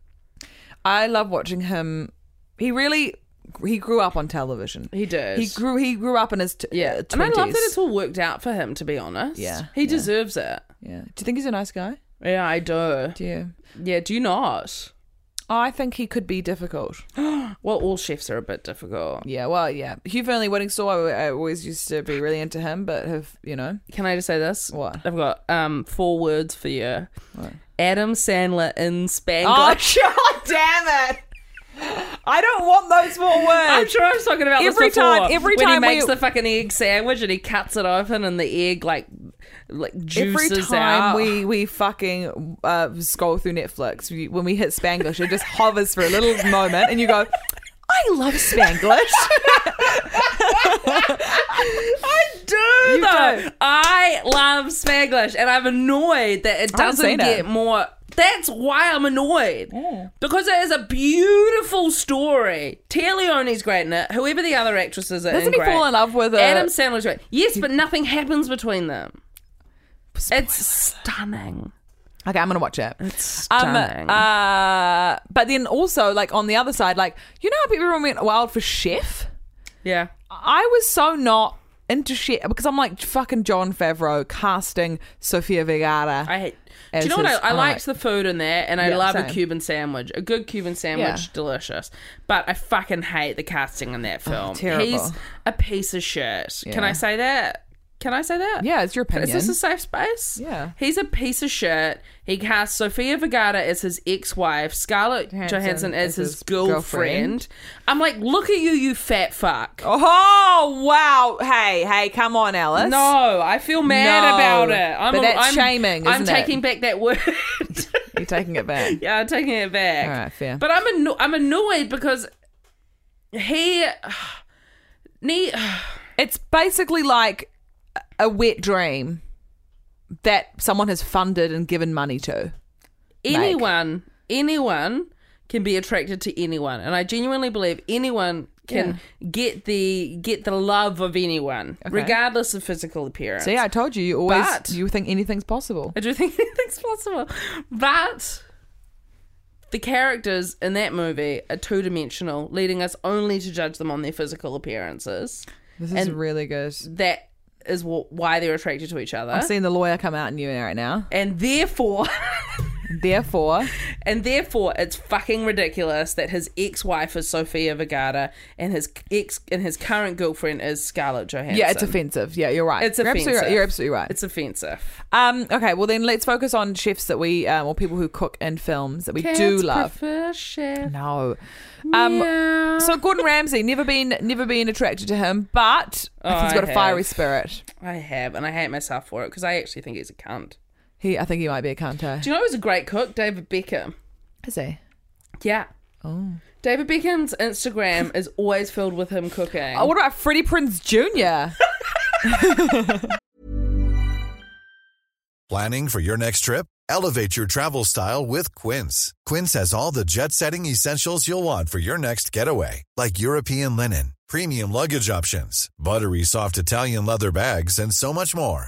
Speaker 2: I love watching him. He really he grew up on television.
Speaker 3: He did.
Speaker 2: He grew he grew up in his t- uh,
Speaker 3: yeah.
Speaker 2: yeah.
Speaker 3: And I love that it's all worked out for him, to be honest.
Speaker 2: Yeah,
Speaker 3: He deserves it.
Speaker 2: yeah. Do you think he's a nice guy?
Speaker 3: Yeah, I do.
Speaker 2: Do you?
Speaker 3: Yeah, do you not?
Speaker 2: I think he could be difficult.
Speaker 3: Well, all chefs are a bit difficult.
Speaker 2: Yeah, well, yeah. Hugh Fernley Whittingstall, I, I always used to be really into him, but have you know?
Speaker 3: Can I just say this?
Speaker 2: What?
Speaker 3: I've got um four words for you.
Speaker 2: What?
Speaker 3: Adam Sandler in
Speaker 2: Oh,
Speaker 3: Spanglish.
Speaker 2: God damn it! I don't want those four words.
Speaker 3: I'm sure I was talking about
Speaker 2: Every
Speaker 3: this before.
Speaker 2: time- every
Speaker 3: when
Speaker 2: time
Speaker 3: he makes
Speaker 2: we-
Speaker 3: the fucking egg sandwich and he cuts it open and the egg like like
Speaker 2: Every
Speaker 3: juices
Speaker 2: time
Speaker 3: out.
Speaker 2: we we fucking uh, scroll through Netflix, we, when we hit Spanglish, it just hovers for a little moment, and you go, "I love Spanglish."
Speaker 3: I do
Speaker 2: You
Speaker 3: though.
Speaker 2: do.
Speaker 3: I love Spanglish, and I'm annoyed that it
Speaker 2: I haven't
Speaker 3: doesn't
Speaker 2: seen
Speaker 3: get
Speaker 2: it. Oh.
Speaker 3: more. That's why I'm annoyed because it is a beautiful story. Leone's great in it. Whoever the other actresses are, in,
Speaker 2: Doesn't he
Speaker 3: great.
Speaker 2: fall in love with a-
Speaker 3: Adam Sandler's great. Yes, but nothing happens between them. It's stunning.
Speaker 2: okay, I'm gonna watch it. Um,
Speaker 3: Stunning.
Speaker 2: uh, but then also, like on the other side, like you know how people everyone went wild for Chef.
Speaker 3: yeah.
Speaker 2: I was so not into shit because I'm like fucking John Favreau casting Sofia Vergara.
Speaker 3: I hate. Do
Speaker 2: As
Speaker 3: you know what? I,
Speaker 2: his-
Speaker 3: I
Speaker 2: I
Speaker 3: liked the food in there, and I
Speaker 2: Yeah,
Speaker 3: love a
Speaker 2: same.
Speaker 3: Cuban sandwich. A good Cuban sandwich,
Speaker 2: Yeah.
Speaker 3: delicious. But I fucking hate the casting in that film.
Speaker 2: Oh, terrible.
Speaker 3: He's a piece of shit. Can I
Speaker 2: Yeah.
Speaker 3: say that? Can I say that?
Speaker 2: Yeah, it's your opinion.
Speaker 3: Is this a safe space?
Speaker 2: Yeah.
Speaker 3: He's a piece of shit. He cast Sofia Vergara as his ex-wife, Scarlett
Speaker 2: Johansson
Speaker 3: Johansson as
Speaker 2: as
Speaker 3: his,
Speaker 2: his
Speaker 3: girlfriend. I'm like, look at you, you fat fuck.
Speaker 2: oh wow! Hey, hey, come on, Alice.
Speaker 3: No, I feel mad
Speaker 2: No.
Speaker 3: about it. I'm
Speaker 2: But that's
Speaker 3: I'm,
Speaker 2: shaming,
Speaker 3: I'm
Speaker 2: isn't it?
Speaker 3: taking back that word.
Speaker 2: you're taking it back.
Speaker 3: Yeah, I'm taking it back.
Speaker 2: All right, fair.
Speaker 3: But I'm anno- I'm annoyed because he ne-
Speaker 2: It's basically like a wet dream that someone has funded and given money to.
Speaker 3: anyone anyone can be attracted to anyone, and I genuinely believe anyone can get the get the love of anyone, regardless of physical appearance.
Speaker 2: See, I told you, you always
Speaker 3: But-
Speaker 2: you think anything's possible.
Speaker 3: I do think anything's possible, but. The characters in that movie are two dimensional, leading us only to judge them on their physical appearances.
Speaker 2: This is really good.
Speaker 3: That is wh- why they're attracted to each other.
Speaker 2: I'm seeing the lawyer come out in you right now.
Speaker 3: and therefore
Speaker 2: Therefore,
Speaker 3: and therefore it's fucking ridiculous that his ex-wife is Sofia Vergara and his ex and his current girlfriend is Scarlett Johansson.
Speaker 2: yeah, it's offensive. Yeah, you're right.
Speaker 3: It's
Speaker 2: you're
Speaker 3: offensive.
Speaker 2: Absolutely right. You're absolutely right.
Speaker 3: It's offensive.
Speaker 2: Um, okay, well then let's focus on chefs that we um, or people who cook in films that we do
Speaker 3: Cats
Speaker 2: love.
Speaker 3: prefer chef.
Speaker 2: no. Um
Speaker 3: Meow.
Speaker 2: so Gordon Ramsay, never been never been attracted to him, but I think he's
Speaker 3: Oh, I
Speaker 2: got a fiery
Speaker 3: have.
Speaker 2: spirit.
Speaker 3: I have, and I hate myself for it because I actually think he's a cunt.
Speaker 2: He I think he might be a cunt.
Speaker 3: Do you know who's a great cook? David Beckham.
Speaker 2: Is he?
Speaker 3: Yeah. Oh. David Beckham's Instagram is always filled with him cooking.
Speaker 2: Oh, what about Freddie Prince Jr.?
Speaker 5: Planning for your next trip? Elevate your travel style with Quince. Quince has all the jet setting essentials you'll want for your next getaway, like European linen, premium luggage options, buttery soft Italian leather bags, and so much more.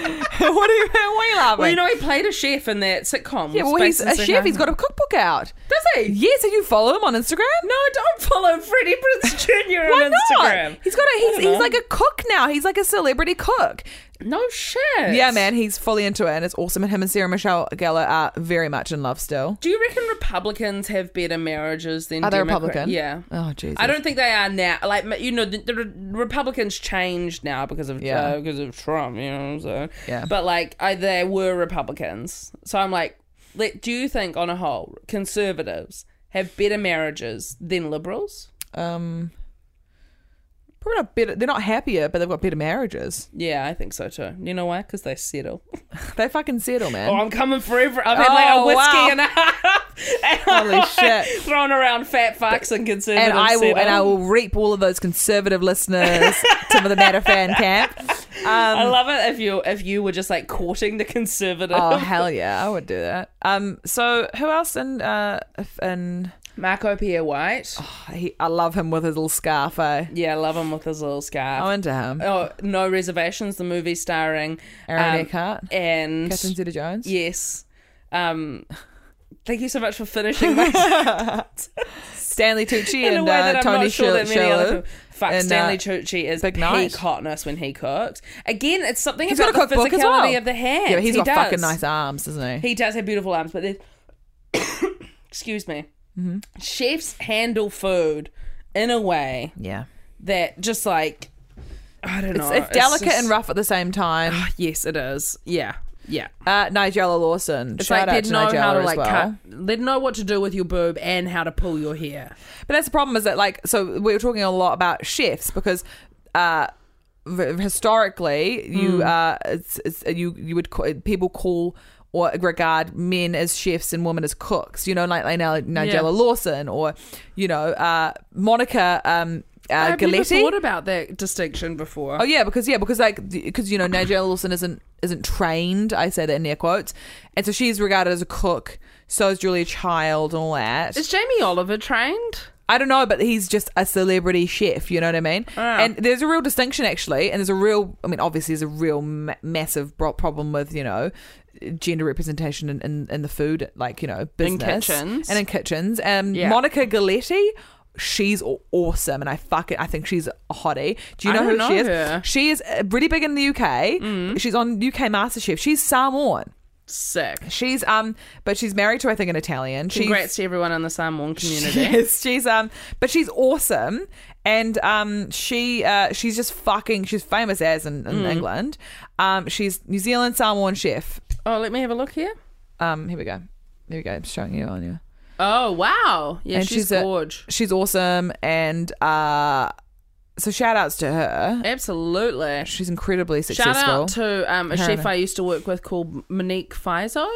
Speaker 2: what are you what are you laughing?
Speaker 3: well, you know, he played a chef in that sitcom.
Speaker 2: yeah, well he's
Speaker 3: Space
Speaker 2: a
Speaker 3: and
Speaker 2: chef, he's
Speaker 3: Circumference.
Speaker 2: got a cookbook out.
Speaker 3: Does he?
Speaker 2: Yes, and you follow him on Instagram?
Speaker 3: No, I don't follow Freddie Prince Jr.
Speaker 2: Why
Speaker 3: on Instagram.
Speaker 2: not? He's got a he's,
Speaker 3: I don't know.
Speaker 2: he's like a cook now. He's like a celebrity cook.
Speaker 3: no shit.
Speaker 2: Yeah, man, he's fully into it, and it's awesome. And him and Sarah Michelle Gellar are very much in love still.
Speaker 3: Do you reckon Republicans have better marriages than
Speaker 2: Are they
Speaker 3: Democra-
Speaker 2: Republican?
Speaker 3: Yeah.
Speaker 2: Oh, Jesus.
Speaker 3: I don't think they are now. Like you know, the, the Re- Republicans changed now because of
Speaker 2: Yeah.
Speaker 3: uh, because of Trump. You know what I'm saying?
Speaker 2: Yeah.
Speaker 3: But like, I, they were Republicans, so I'm like, like, do you think on a whole conservatives have better marriages than liberals?
Speaker 2: Um, probably not better. They're not happier, but they've got better marriages.
Speaker 3: Yeah, I think so too. You know why? Because they settle.
Speaker 2: They fucking settle, man.
Speaker 3: Oh, I'm coming for every. I've had like a
Speaker 2: Oh,
Speaker 3: whiskey
Speaker 2: wow.
Speaker 3: and a half. And
Speaker 2: Holy
Speaker 3: I'm
Speaker 2: shit.
Speaker 3: Thrown around fat fucks and conservative.
Speaker 2: and I will,
Speaker 3: settle.
Speaker 2: and I will reap all of those conservative listeners, some of the matter fan camp. Um,
Speaker 3: I love it if you if you were just like courting the conservative
Speaker 2: Oh hell yeah, I would do that. Um, so who else in uh if- in
Speaker 3: Marco Pierre White.
Speaker 2: he, I love him with his little scarf. Eh?
Speaker 3: Yeah, love him with his little scarf.
Speaker 2: I'm into him.
Speaker 3: Oh, No Reservations, the movie starring um,
Speaker 2: Aaron Eckhart?
Speaker 3: and
Speaker 2: Catherine Zeta-Jones.
Speaker 3: yes. Um, thank you so much for finishing my
Speaker 2: Stanley Tucci
Speaker 3: in
Speaker 2: and
Speaker 3: a way that
Speaker 2: uh,
Speaker 3: I'm
Speaker 2: Tony
Speaker 3: not sure that many
Speaker 2: Shalhoub.
Speaker 3: other people. Fuck,
Speaker 2: And, uh,
Speaker 3: Stanley Tucci is
Speaker 2: Big
Speaker 3: big
Speaker 2: Night.
Speaker 3: peak hotness when he cooks. Again, it's something
Speaker 2: He's
Speaker 3: about
Speaker 2: got a
Speaker 3: the
Speaker 2: cookbook
Speaker 3: physicality
Speaker 2: as well.
Speaker 3: of the hands.
Speaker 2: Yeah, but he's
Speaker 3: he
Speaker 2: got
Speaker 3: does.
Speaker 2: fucking nice arms, doesn't he?
Speaker 3: He does have beautiful arms, but there's excuse me,
Speaker 2: Mm-hmm.
Speaker 3: chefs handle food in a way
Speaker 2: yeah, that
Speaker 3: that just like I don't
Speaker 2: it's,
Speaker 3: know.
Speaker 2: it's delicate
Speaker 3: just-
Speaker 2: and rough at the same time.
Speaker 3: Yes, it is. Yeah, yeah.
Speaker 2: Uh, Nigella Lawson,
Speaker 3: It's like
Speaker 2: shout out
Speaker 3: they'd
Speaker 2: to
Speaker 3: know
Speaker 2: Nigella
Speaker 3: how to
Speaker 2: as
Speaker 3: like
Speaker 2: well.
Speaker 3: cut. They'd know what to do with your boob and how to pull your hair.
Speaker 2: But that's the problem is that like so we were talking a lot about chefs because uh v- historically you
Speaker 3: Hmm.
Speaker 2: uh it's, it's, you you would call, people call or regard men as chefs and women as cooks you know like, like now Nigella
Speaker 3: Yeah.
Speaker 2: Lawson or you know uh Monica um uh,
Speaker 3: I've never
Speaker 2: Galetti
Speaker 3: thought about that distinction before.
Speaker 2: Oh yeah, because yeah, because like because you know Nigella Lawson isn't isn't trained. I say that in air quotes, and so she's regarded as a cook. So is Julia Child and all that.
Speaker 3: Is Jamie Oliver trained?
Speaker 2: I don't know, but he's just a celebrity chef. You know what I mean?
Speaker 3: Ah.
Speaker 2: And there's a real distinction actually, and there's a real. I mean, obviously, there's a real ma- massive bro- problem with you know gender representation in, in, in the food, like you know business
Speaker 3: kitchens.
Speaker 2: and in kitchens. Um,
Speaker 3: Yeah.
Speaker 2: Monica Galetti. She's aw- awesome, and I fuck it. I think she's a hottie. Do you
Speaker 3: I
Speaker 2: know who
Speaker 3: don't
Speaker 2: she
Speaker 3: know
Speaker 2: is?
Speaker 3: her. Mm.
Speaker 2: She is uh, really big in the UK. She's on UK MasterChef. She's Samoan.
Speaker 3: Sick.
Speaker 2: She's um, but she's married to I think an Italian. She's
Speaker 3: Congrats to everyone in the Samoan community.
Speaker 2: Yes, she's um, but she's awesome, and um, she uh, she's just fucking. She's famous as in,
Speaker 3: Hmm.
Speaker 2: in England. Um, she's New Zealand Samoan chef.
Speaker 3: Oh, let me have a look here.
Speaker 2: Um, here we go. Here we go. I'm showing you on you.
Speaker 3: Oh wow, yeah,
Speaker 2: And
Speaker 3: she's,
Speaker 2: a-
Speaker 3: gorge.
Speaker 2: She's awesome, and uh, so shout outs to her.
Speaker 3: Absolutely.
Speaker 2: She's incredibly successful.
Speaker 3: Shout out to um, a
Speaker 2: Her
Speaker 3: chef
Speaker 2: and-
Speaker 3: I used to work with called Monique Fizo.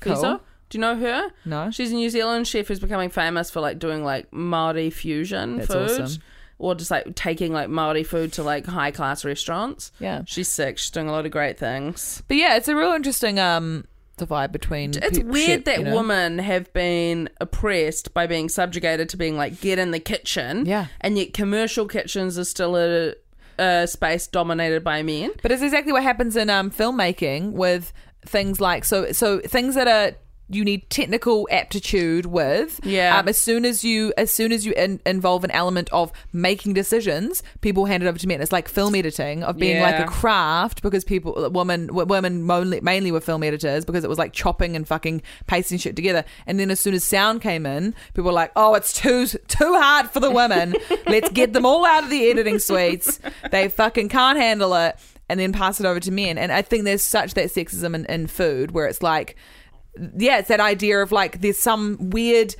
Speaker 2: Cool.
Speaker 3: Fizo? Do you know her?
Speaker 2: No.
Speaker 3: She's a New Zealand chef who's becoming famous for like doing like Maori fusion
Speaker 2: That's
Speaker 3: food.
Speaker 2: awesome.
Speaker 3: Or just like taking like Maori food to like high class restaurants.
Speaker 2: Yeah.
Speaker 3: She's sick. She's doing a lot of great things.
Speaker 2: but yeah, it's a real interesting um divide between.
Speaker 3: It's
Speaker 2: pe-
Speaker 3: weird
Speaker 2: shit,
Speaker 3: that
Speaker 2: you know?
Speaker 3: women have been oppressed by being subjugated to being like get in the kitchen.
Speaker 2: Yeah.
Speaker 3: And yet commercial kitchens are still a, a space dominated by men.
Speaker 2: But it's exactly what happens in um, filmmaking with things like so so things that are you need technical aptitude with.
Speaker 3: Yeah.
Speaker 2: Um, as soon as you as soon as you in, involve an element of making decisions, people hand it over to men. It's like film editing of being like
Speaker 3: Yeah.
Speaker 2: a craft because people women w- women mainly, mainly were film editors because it was like chopping and fucking pasting shit together. And then as soon as sound came in, people were like, "Oh, it's too too hard for the women. Let's get them all out of the editing suites. They fucking can't handle it." And then pass it over to men. And I think there's such that sexism in, in food where it's like, yeah, it's that idea of like there's some weird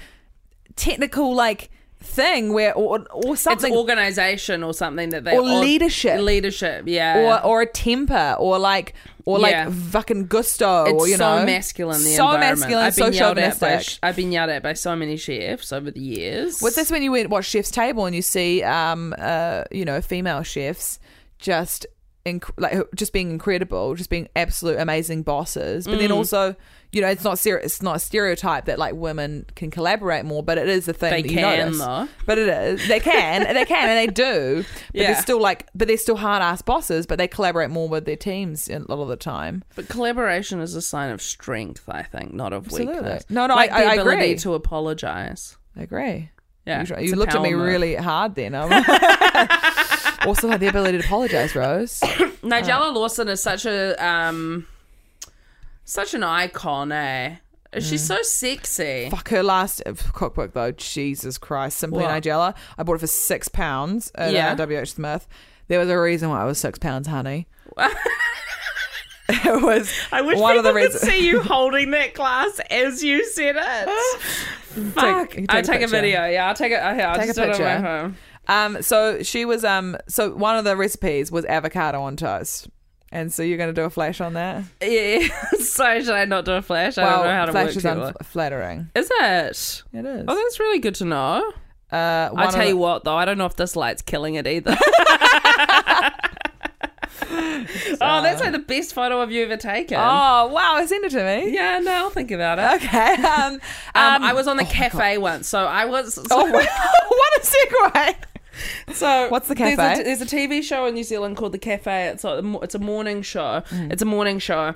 Speaker 2: technical like thing where or, or something
Speaker 3: it's organization or something that they
Speaker 2: Or leadership.
Speaker 3: leadership yeah
Speaker 2: or or a temper or like or like
Speaker 3: Yeah.
Speaker 2: fucking gusto
Speaker 3: it's
Speaker 2: or you
Speaker 3: so
Speaker 2: know
Speaker 3: masculine the
Speaker 2: so
Speaker 3: environment.
Speaker 2: masculine
Speaker 3: I've
Speaker 2: so
Speaker 3: been yelled at by
Speaker 2: chauvinistic
Speaker 3: sh- I've been yelled at by so many chefs over the years
Speaker 2: What's this when you went watch Chef's Table and you see, um, uh, you know, female chefs just inc- like who- just being incredible, just being absolute amazing bosses. But
Speaker 3: Mm.
Speaker 2: then also, you know, it's not ser- it's not a stereotype that like women can collaborate more, but it is a thing
Speaker 3: They
Speaker 2: that you
Speaker 3: can,
Speaker 2: notice.
Speaker 3: though.
Speaker 2: But it is they can they can and they do. But
Speaker 3: Yeah.
Speaker 2: they're still like but they're still hard ass bosses, but they collaborate more with their teams a lot of the time.
Speaker 3: but collaboration is a sign of strength I think not of
Speaker 2: Absolutely.
Speaker 3: weakness
Speaker 2: No, no, I-
Speaker 3: like
Speaker 2: I- I
Speaker 3: the ability
Speaker 2: agree.
Speaker 3: to apologize
Speaker 2: I agree.
Speaker 3: yeah
Speaker 2: you,
Speaker 3: it's
Speaker 2: you
Speaker 3: a
Speaker 2: looked at
Speaker 3: power
Speaker 2: me
Speaker 3: move.
Speaker 2: really hard then. I'm- also had the ability to apologize, Rose. Uh.
Speaker 3: Nigella Lawson is such a um such an icon eh she's
Speaker 2: Mm.
Speaker 3: so sexy
Speaker 2: Fuck her last cookbook though. Jesus Christ, simply
Speaker 3: What?
Speaker 2: Nigella. I bought it for six pounds at
Speaker 3: Yeah.
Speaker 2: uh, WH Smith. There was a reason why it was six pounds, honey. it was
Speaker 3: I wish
Speaker 2: one of the
Speaker 3: people could
Speaker 2: reasons.
Speaker 3: see you holding that glass as you said it. Fuck.
Speaker 2: Take- you take
Speaker 3: I
Speaker 2: a
Speaker 3: take a,
Speaker 2: picture.
Speaker 3: video. Yeah, I'll take it. I'll
Speaker 2: Take a
Speaker 3: just do it on
Speaker 2: picture.
Speaker 3: my phone.
Speaker 2: Um, so she was um, so one of the recipes was avocado on toast, and so you're gonna do a flash on that. Oh,
Speaker 3: Yeah. so should I not do a flash? I don't know how to
Speaker 2: flash
Speaker 3: work
Speaker 2: is
Speaker 3: that one.
Speaker 2: unflattering.
Speaker 3: Is it?
Speaker 2: It is.
Speaker 3: Oh, that's really good to know.
Speaker 2: Uh, one
Speaker 3: I
Speaker 2: of
Speaker 3: tell
Speaker 2: the-
Speaker 3: you what, though, I don't know if this light's killing it either. Oh, That's like the best photo of you ever taken.
Speaker 2: Oh wow! Send it to me.
Speaker 3: Yeah, no, I'll think about it.
Speaker 2: Okay. Um, um,
Speaker 3: Um, I was on the cafe once, so I was. So,
Speaker 2: Oh, what a segue!
Speaker 3: so
Speaker 2: What's the
Speaker 3: There's a,
Speaker 2: cafe?
Speaker 3: there's a TV show in New Zealand called The Cafe. It's a, it's a morning show.
Speaker 2: Mm.
Speaker 3: It's a morning show,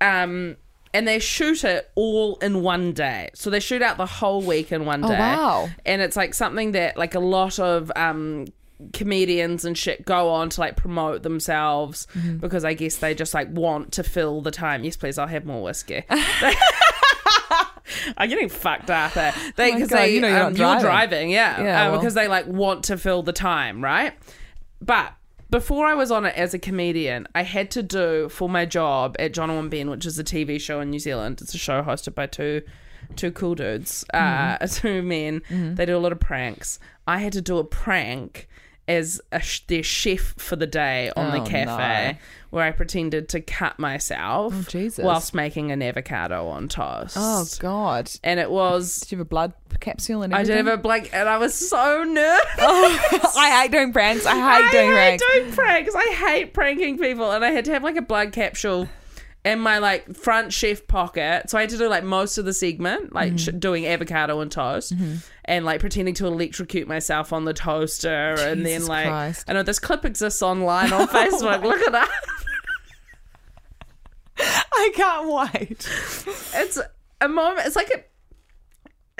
Speaker 3: um, and they shoot it all in one day. So they shoot out the whole week in one day.
Speaker 2: Oh, wow.
Speaker 3: And it's like something that like a lot of um, comedians and shit go on to like promote themselves
Speaker 2: Mm-hmm.
Speaker 3: because I guess they just like want to fill the time. Yes, please, I'll have more whiskey. I'm getting fucked up. eh? They
Speaker 2: Oh my
Speaker 3: because
Speaker 2: God,
Speaker 3: they
Speaker 2: you know you're
Speaker 3: um,
Speaker 2: not
Speaker 3: you're
Speaker 2: driving.
Speaker 3: driving, yeah,
Speaker 2: Yeah,
Speaker 3: uh,
Speaker 2: well.
Speaker 3: because they like want to fill the time, right? But before I was on it as a comedian, I had to do for my job at John and Ben, which is a TV show in New Zealand. It's a show hosted by two two cool dudes, uh,
Speaker 2: Mm-hmm.
Speaker 3: two men. They do a lot of pranks. I had to do a prank as a sh- their chef for the day on
Speaker 2: Oh,
Speaker 3: the cafe, where I pretended to cut myself
Speaker 2: Oh, Jesus.
Speaker 3: whilst making an avocado on toast.
Speaker 2: Oh God!
Speaker 3: And it was
Speaker 2: Did you have a blood capsule and
Speaker 3: I
Speaker 2: everything?
Speaker 3: did have a blank, and I was so nervous.
Speaker 2: I hate doing pranks. I hate
Speaker 3: I
Speaker 2: doing
Speaker 3: hate
Speaker 2: pranks.
Speaker 3: doing pranks. I hate pranking people, and I had to have like a blood capsule in my like front chef pocket. So I had to do like most of the segment, like
Speaker 2: Mm-hmm.
Speaker 3: sh- doing avocado and toast, and like pretending to electrocute myself on the toaster, and then
Speaker 2: Jesus
Speaker 3: like
Speaker 2: Christ.
Speaker 3: I know this clip exists online on Facebook. Look it up.
Speaker 2: I can't wait.
Speaker 3: It's a moment. It's like a.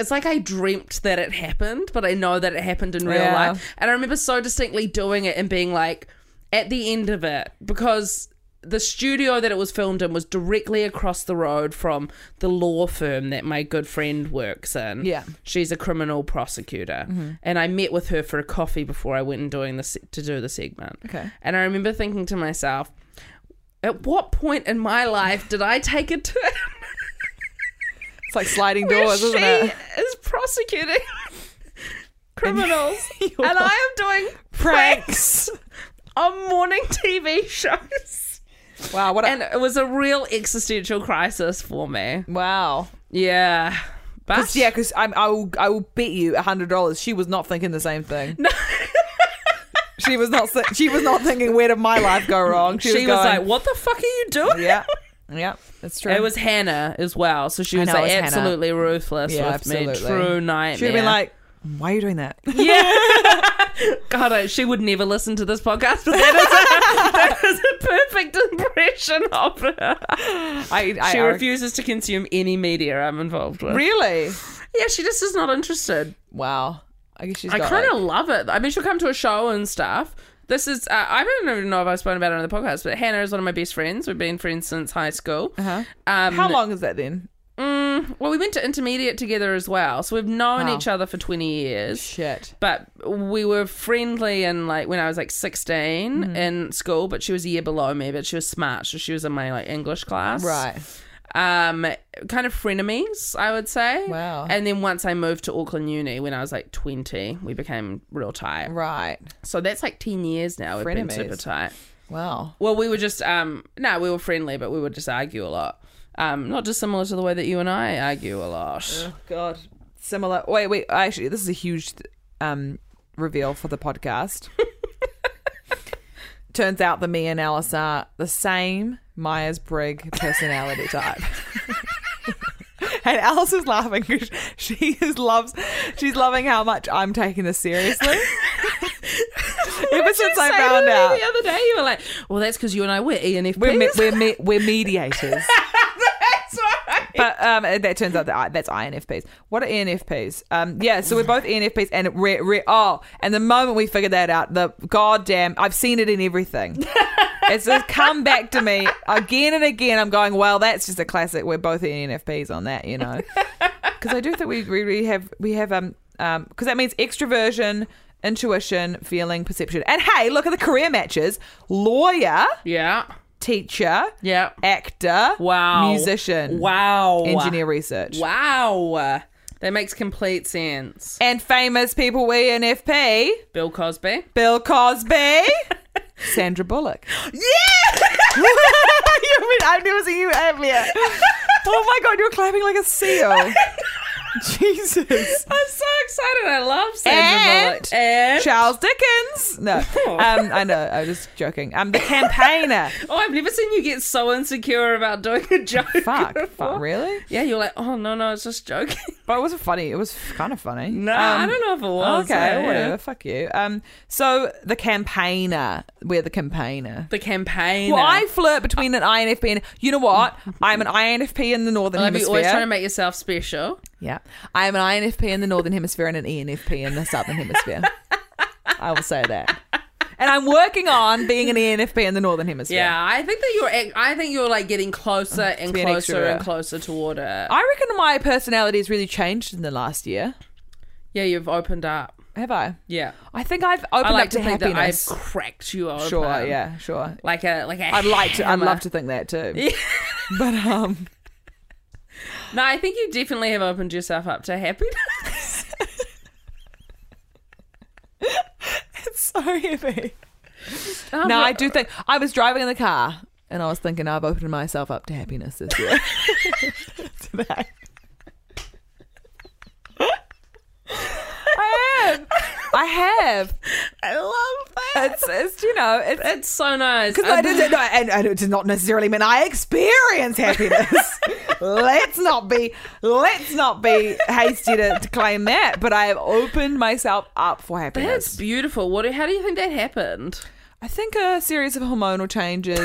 Speaker 3: It's like I dreamt that it happened, but I know that it happened in real
Speaker 2: Yeah.
Speaker 3: life. And I remember so distinctly doing it and being like, at the end of it, because the studio that it was filmed in was directly across the road from the law firm that my good friend works in.
Speaker 2: Yeah. Mm-hmm.
Speaker 3: She's a criminal prosecutor. And I met with her for a coffee before I went and doing this to do the segment.
Speaker 2: Okay.
Speaker 3: And I remember thinking to myself, at what point in my life did I take a turn?
Speaker 2: It's like sliding
Speaker 3: where
Speaker 2: doors,
Speaker 3: she
Speaker 2: isn't it?
Speaker 3: is prosecuting criminals, and,
Speaker 2: You're
Speaker 3: I am doing pranks on morning TV shows.
Speaker 2: Wow! What? A,
Speaker 3: And it was a real existential crisis for me.
Speaker 2: wow.
Speaker 3: Yeah, but
Speaker 2: Cause, yeah, because I will I will bet you hundred dollars she was not thinking the same thing. No. she was not. thi- She was not thinking where did my life go wrong. She,
Speaker 3: she, was,
Speaker 2: going,
Speaker 3: like, "What the fuck are you doing?"
Speaker 2: yeah, yeah, that's true.
Speaker 3: It was Hannah as well, so she was
Speaker 2: Hannah
Speaker 3: like
Speaker 2: was Hannah.
Speaker 3: absolutely ruthless
Speaker 2: yeah,
Speaker 3: with me. True nightmare.
Speaker 2: She'd been like, why are you doing that?
Speaker 3: Yeah. God, I, she would never listen to this podcast, but that is a, that is a perfect impression of her.
Speaker 2: I, I
Speaker 3: She
Speaker 2: I-
Speaker 3: refuses to consume any media I'm involved with.
Speaker 2: Really?
Speaker 3: Yeah, she just is not interested.
Speaker 2: Wow. I guess she's.
Speaker 3: I
Speaker 2: got,
Speaker 3: kind of
Speaker 2: like-
Speaker 3: love it. I mean, she'll come to a show and stuff. This is, uh, I don't even know if I've spoken about it on the podcast, but Hannah is one of my best friends. We've been friends since high school.
Speaker 2: Uh-huh.
Speaker 3: Um,
Speaker 2: How long is that then?
Speaker 3: Well, we went to intermediate together as well. So we've known
Speaker 2: Wow.
Speaker 3: each other for 20 years.
Speaker 2: Shit.
Speaker 3: but we were friendly and like when I was like 16 in school, but she was a year below me, but she was smart, so she was in my like English class.
Speaker 2: Right.
Speaker 3: Um kind of frenemies, I would say.
Speaker 2: Wow.
Speaker 3: And then once I moved to Auckland Uni when I was like 20, we became real tight.
Speaker 2: Right.
Speaker 3: So that's like 10 years now we've been
Speaker 2: Frenemies.
Speaker 3: super tight.
Speaker 2: Wow.
Speaker 3: Well, we were just um no, we were friendly, but we would just argue a lot. Um not dissimilar to the way that you and I argue a lot.
Speaker 2: God. Similar. Wait, wait. Actually, this is a huge um, reveal for the podcast. Turns out that me and Alice are the same Myers Briggs personality type. and Alice is laughing because she is loves she's loving how much I'm taking this seriously. Ever since I
Speaker 3: Say to
Speaker 2: found
Speaker 3: me
Speaker 2: out.
Speaker 3: the other day, you were like, "Well, that's because you and I were E ENFPs."
Speaker 2: We're me- we're me- we're mediators.
Speaker 3: That's right.
Speaker 2: But um, that turns out that I, that's INFPs. What are ENFPs? Um, yeah, so we're both ENFPs, and it re- re- oh, and the moment we figured that out, the goddamn, I've seen it in everything. it's just come back to me again and again. I'm going, well, that's just a classic. We're both ENFPs on that, you know, because I do think we we really have we have um um because that means extroversion. Intuition, feeling, perception. And hey, look at the career matches lawyer,
Speaker 3: Yeah.
Speaker 2: teacher,
Speaker 3: Yeah.
Speaker 2: actor,
Speaker 3: Wow.
Speaker 2: musician,
Speaker 3: Wow.
Speaker 2: engineer research.
Speaker 3: Wow. That makes complete sense.
Speaker 2: And famous people we NFP,
Speaker 3: Bill Cosby.
Speaker 2: Bill Cosby, Sandra Bullock.
Speaker 3: Yeah.
Speaker 2: you mean, I've never seen you ever. Oh my god, you're clapping like a seal. Jesus.
Speaker 3: I'm so excited. I love Sandra Bullock. And
Speaker 2: Charles Dickens. No, um, I know. I was just joking. I'm the campaigner.
Speaker 3: oh, I've never seen you get so insecure about doing a joke.
Speaker 2: fuck,
Speaker 3: before.
Speaker 2: fuck, really?
Speaker 3: Yeah, you're like, oh no, no, it's just joking.
Speaker 2: But it was funny. It was kind of funny.
Speaker 3: No, I don't know if it was.
Speaker 2: Okay,
Speaker 3: eh?
Speaker 2: whatever. Fuck you. Um, so the campaigner. We're the campaigner.
Speaker 3: The campaign.
Speaker 2: Well, I flirt between an INFP and you know what? I'm an INFP in the northern
Speaker 3: Like, you
Speaker 2: hemisphere.
Speaker 3: always trying to make yourself special.
Speaker 2: yeah, I'm an INFP in the northern hemisphere and an E ENFP in the southern hemisphere. I will say that. And I'm working on being an E ENFP in the northern hemisphere.
Speaker 3: Yeah, I think that you're. ac- I think you're like getting closer and
Speaker 2: Mm, being
Speaker 3: closer and
Speaker 2: extrovert.
Speaker 3: closer toward it.
Speaker 2: I reckon my personality has really changed in the last year.
Speaker 3: Yeah, you've opened up.
Speaker 2: Have I?
Speaker 3: Yeah,
Speaker 2: I think I've opened
Speaker 3: I like
Speaker 2: up
Speaker 3: to
Speaker 2: to,
Speaker 3: think
Speaker 2: happiness.
Speaker 3: that I've cracked you open.
Speaker 2: sure, yeah, sure.
Speaker 3: Like a like a.
Speaker 2: I'd like to. I'd
Speaker 3: um, hammer.
Speaker 2: love to think that too. But um,
Speaker 3: No, I think you definitely have opened yourself up to happiness.
Speaker 2: so heavy.
Speaker 3: Oh,
Speaker 2: No, I do think I was driving in the car and I was thinking I've opened myself up to happiness this year. Today. I have. I have. I love that. It's, it's you know, it's
Speaker 3: It's so nice.
Speaker 2: Because I did no, and, and it does not necessarily mean I experience happiness. let's not be let's not be hasty to, to claim that. But I have opened myself up for happiness.
Speaker 3: That's beautiful. What? do- How do you think that happened?
Speaker 2: I think a series of hormonal changes.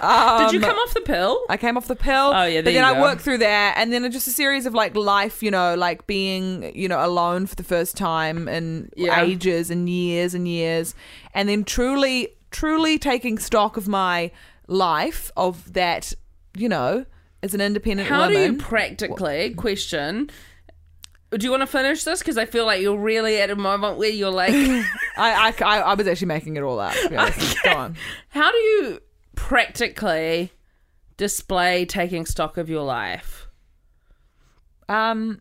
Speaker 3: did you come off the pill?
Speaker 2: Um, I came off the pill.
Speaker 3: Oh, yeah,
Speaker 2: but
Speaker 3: there
Speaker 2: then
Speaker 3: you
Speaker 2: I
Speaker 3: go.
Speaker 2: worked through that, and then just a series of like life, you know, like being you know alone for the first time in
Speaker 3: Yeah.
Speaker 2: ages and years and years, and then truly, truly taking stock of my life of that, you know, as an independent
Speaker 3: How do
Speaker 2: woman.
Speaker 3: you practically question? Do you want to finish this? Because I feel like you're really at a moment where you're like,
Speaker 2: I, I, I I was actually making it all up. to be honest. Go on.
Speaker 3: how do you practically display taking stock of your life?
Speaker 2: Um,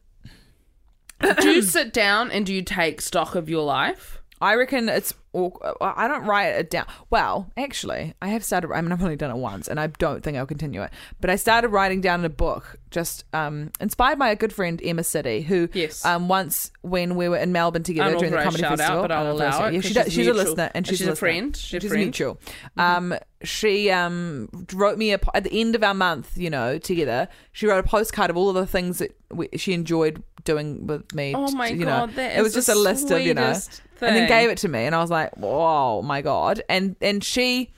Speaker 3: Do you sit down and do you take stock of your life?
Speaker 2: I reckon it's. awk- I don't write it down. Well, actually, I have started. I mean, I've only done it once, and I don't think I'll continue it. But I started writing down in a book, just um, inspired by a good friend Emma City, who
Speaker 3: Yes.
Speaker 2: um, once when we were in Melbourne together during the
Speaker 3: Unauthorized
Speaker 2: comedy
Speaker 3: shout out,
Speaker 2: festival,
Speaker 3: but I'll
Speaker 2: unauthorized-
Speaker 3: allow it
Speaker 2: Yeah,
Speaker 3: 'cause
Speaker 2: she
Speaker 3: she's
Speaker 2: does, she's a
Speaker 3: mutual.
Speaker 2: listener, and
Speaker 3: Oh,
Speaker 2: she's,
Speaker 3: she's a
Speaker 2: listener.
Speaker 3: friend. She's a
Speaker 2: She's
Speaker 3: friend.
Speaker 2: mutual.
Speaker 3: Mm-hmm.
Speaker 2: Um, she um wrote me a po- at the end of our month, you know, together. She wrote a postcard of all of the things that we, she enjoyed doing with me.
Speaker 3: Oh
Speaker 2: t-
Speaker 3: my
Speaker 2: you
Speaker 3: God,
Speaker 2: know.
Speaker 3: that
Speaker 2: it
Speaker 3: is
Speaker 2: was
Speaker 3: the
Speaker 2: just a list of you know,
Speaker 3: sweetest
Speaker 2: and
Speaker 3: thing.
Speaker 2: then gave it to me, and I was like, "Wow, my god!" And and she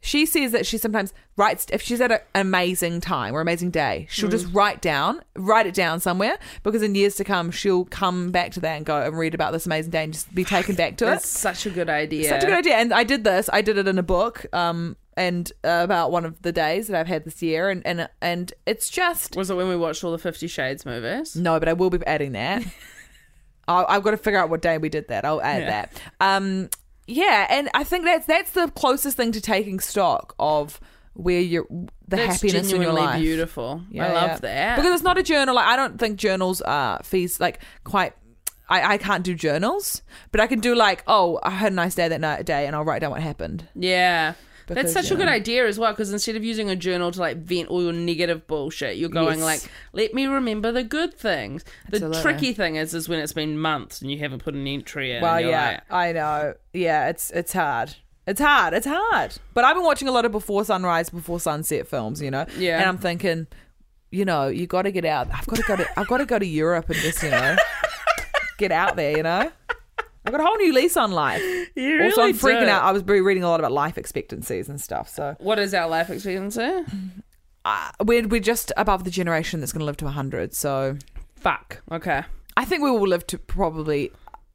Speaker 2: she says that she sometimes writes if she's had a- an amazing time or amazing day, she'll just
Speaker 3: Mm.
Speaker 2: write down, write it down somewhere because in years to come she'll come back to that and go and read about this amazing day and just be taken back to it.
Speaker 3: That's such a good idea.
Speaker 2: Such a good idea. And I did this. I did it in a book. Um, and uh, about one of the days that I've had this year, and and and it's just
Speaker 3: Was it when we watched all the Fifty Shades movies?
Speaker 2: no, but I will be adding that. I, I've got to figure out what day we did that. I'll add
Speaker 3: Yeah.
Speaker 2: that. Um, yeah, and I think that's that's the closest thing to taking stock of where you're the
Speaker 3: That's
Speaker 2: happiness in your
Speaker 3: genuinely
Speaker 2: life.
Speaker 3: beautiful.
Speaker 2: Yeah,
Speaker 3: I love
Speaker 2: yeah.
Speaker 3: that.
Speaker 2: because it's not a journal. Like, I don't think journals are fees like quite. I, I can't do journals, but I can do like, oh, I had a nice day that night day, and I'll write down what happened.
Speaker 3: Yeah. That's
Speaker 2: Because,
Speaker 3: such a
Speaker 2: yeah.
Speaker 3: good idea as well because instead of using a journal to like vent all your negative bullshit, you're going
Speaker 2: Yes.
Speaker 3: like, "Let me remember the good things." The
Speaker 2: Absolutely.
Speaker 3: tricky thing is, is when it's been months and you haven't put an entry in.
Speaker 2: Well,
Speaker 3: and you're
Speaker 2: yeah, I know. Yeah, it's it's hard. It's hard. It's hard. But I've been watching a lot of before sunrise, before sunset films. You know.
Speaker 3: Yeah.
Speaker 2: And I'm thinking, you know, you got to get out. I've got to go to. I've got to go to Europe and just you know, get out there. You know. I've got a whole new lease on life.
Speaker 3: You
Speaker 2: also, I'm
Speaker 3: really
Speaker 2: freaking
Speaker 3: do.
Speaker 2: out. I was re- reading a lot about life expectancies and stuff. So
Speaker 3: What is our life expectancy?
Speaker 2: uh, we're we're just above the generation that's going to live to 100. So
Speaker 3: Fuck. Okay.
Speaker 2: I think we will live to probably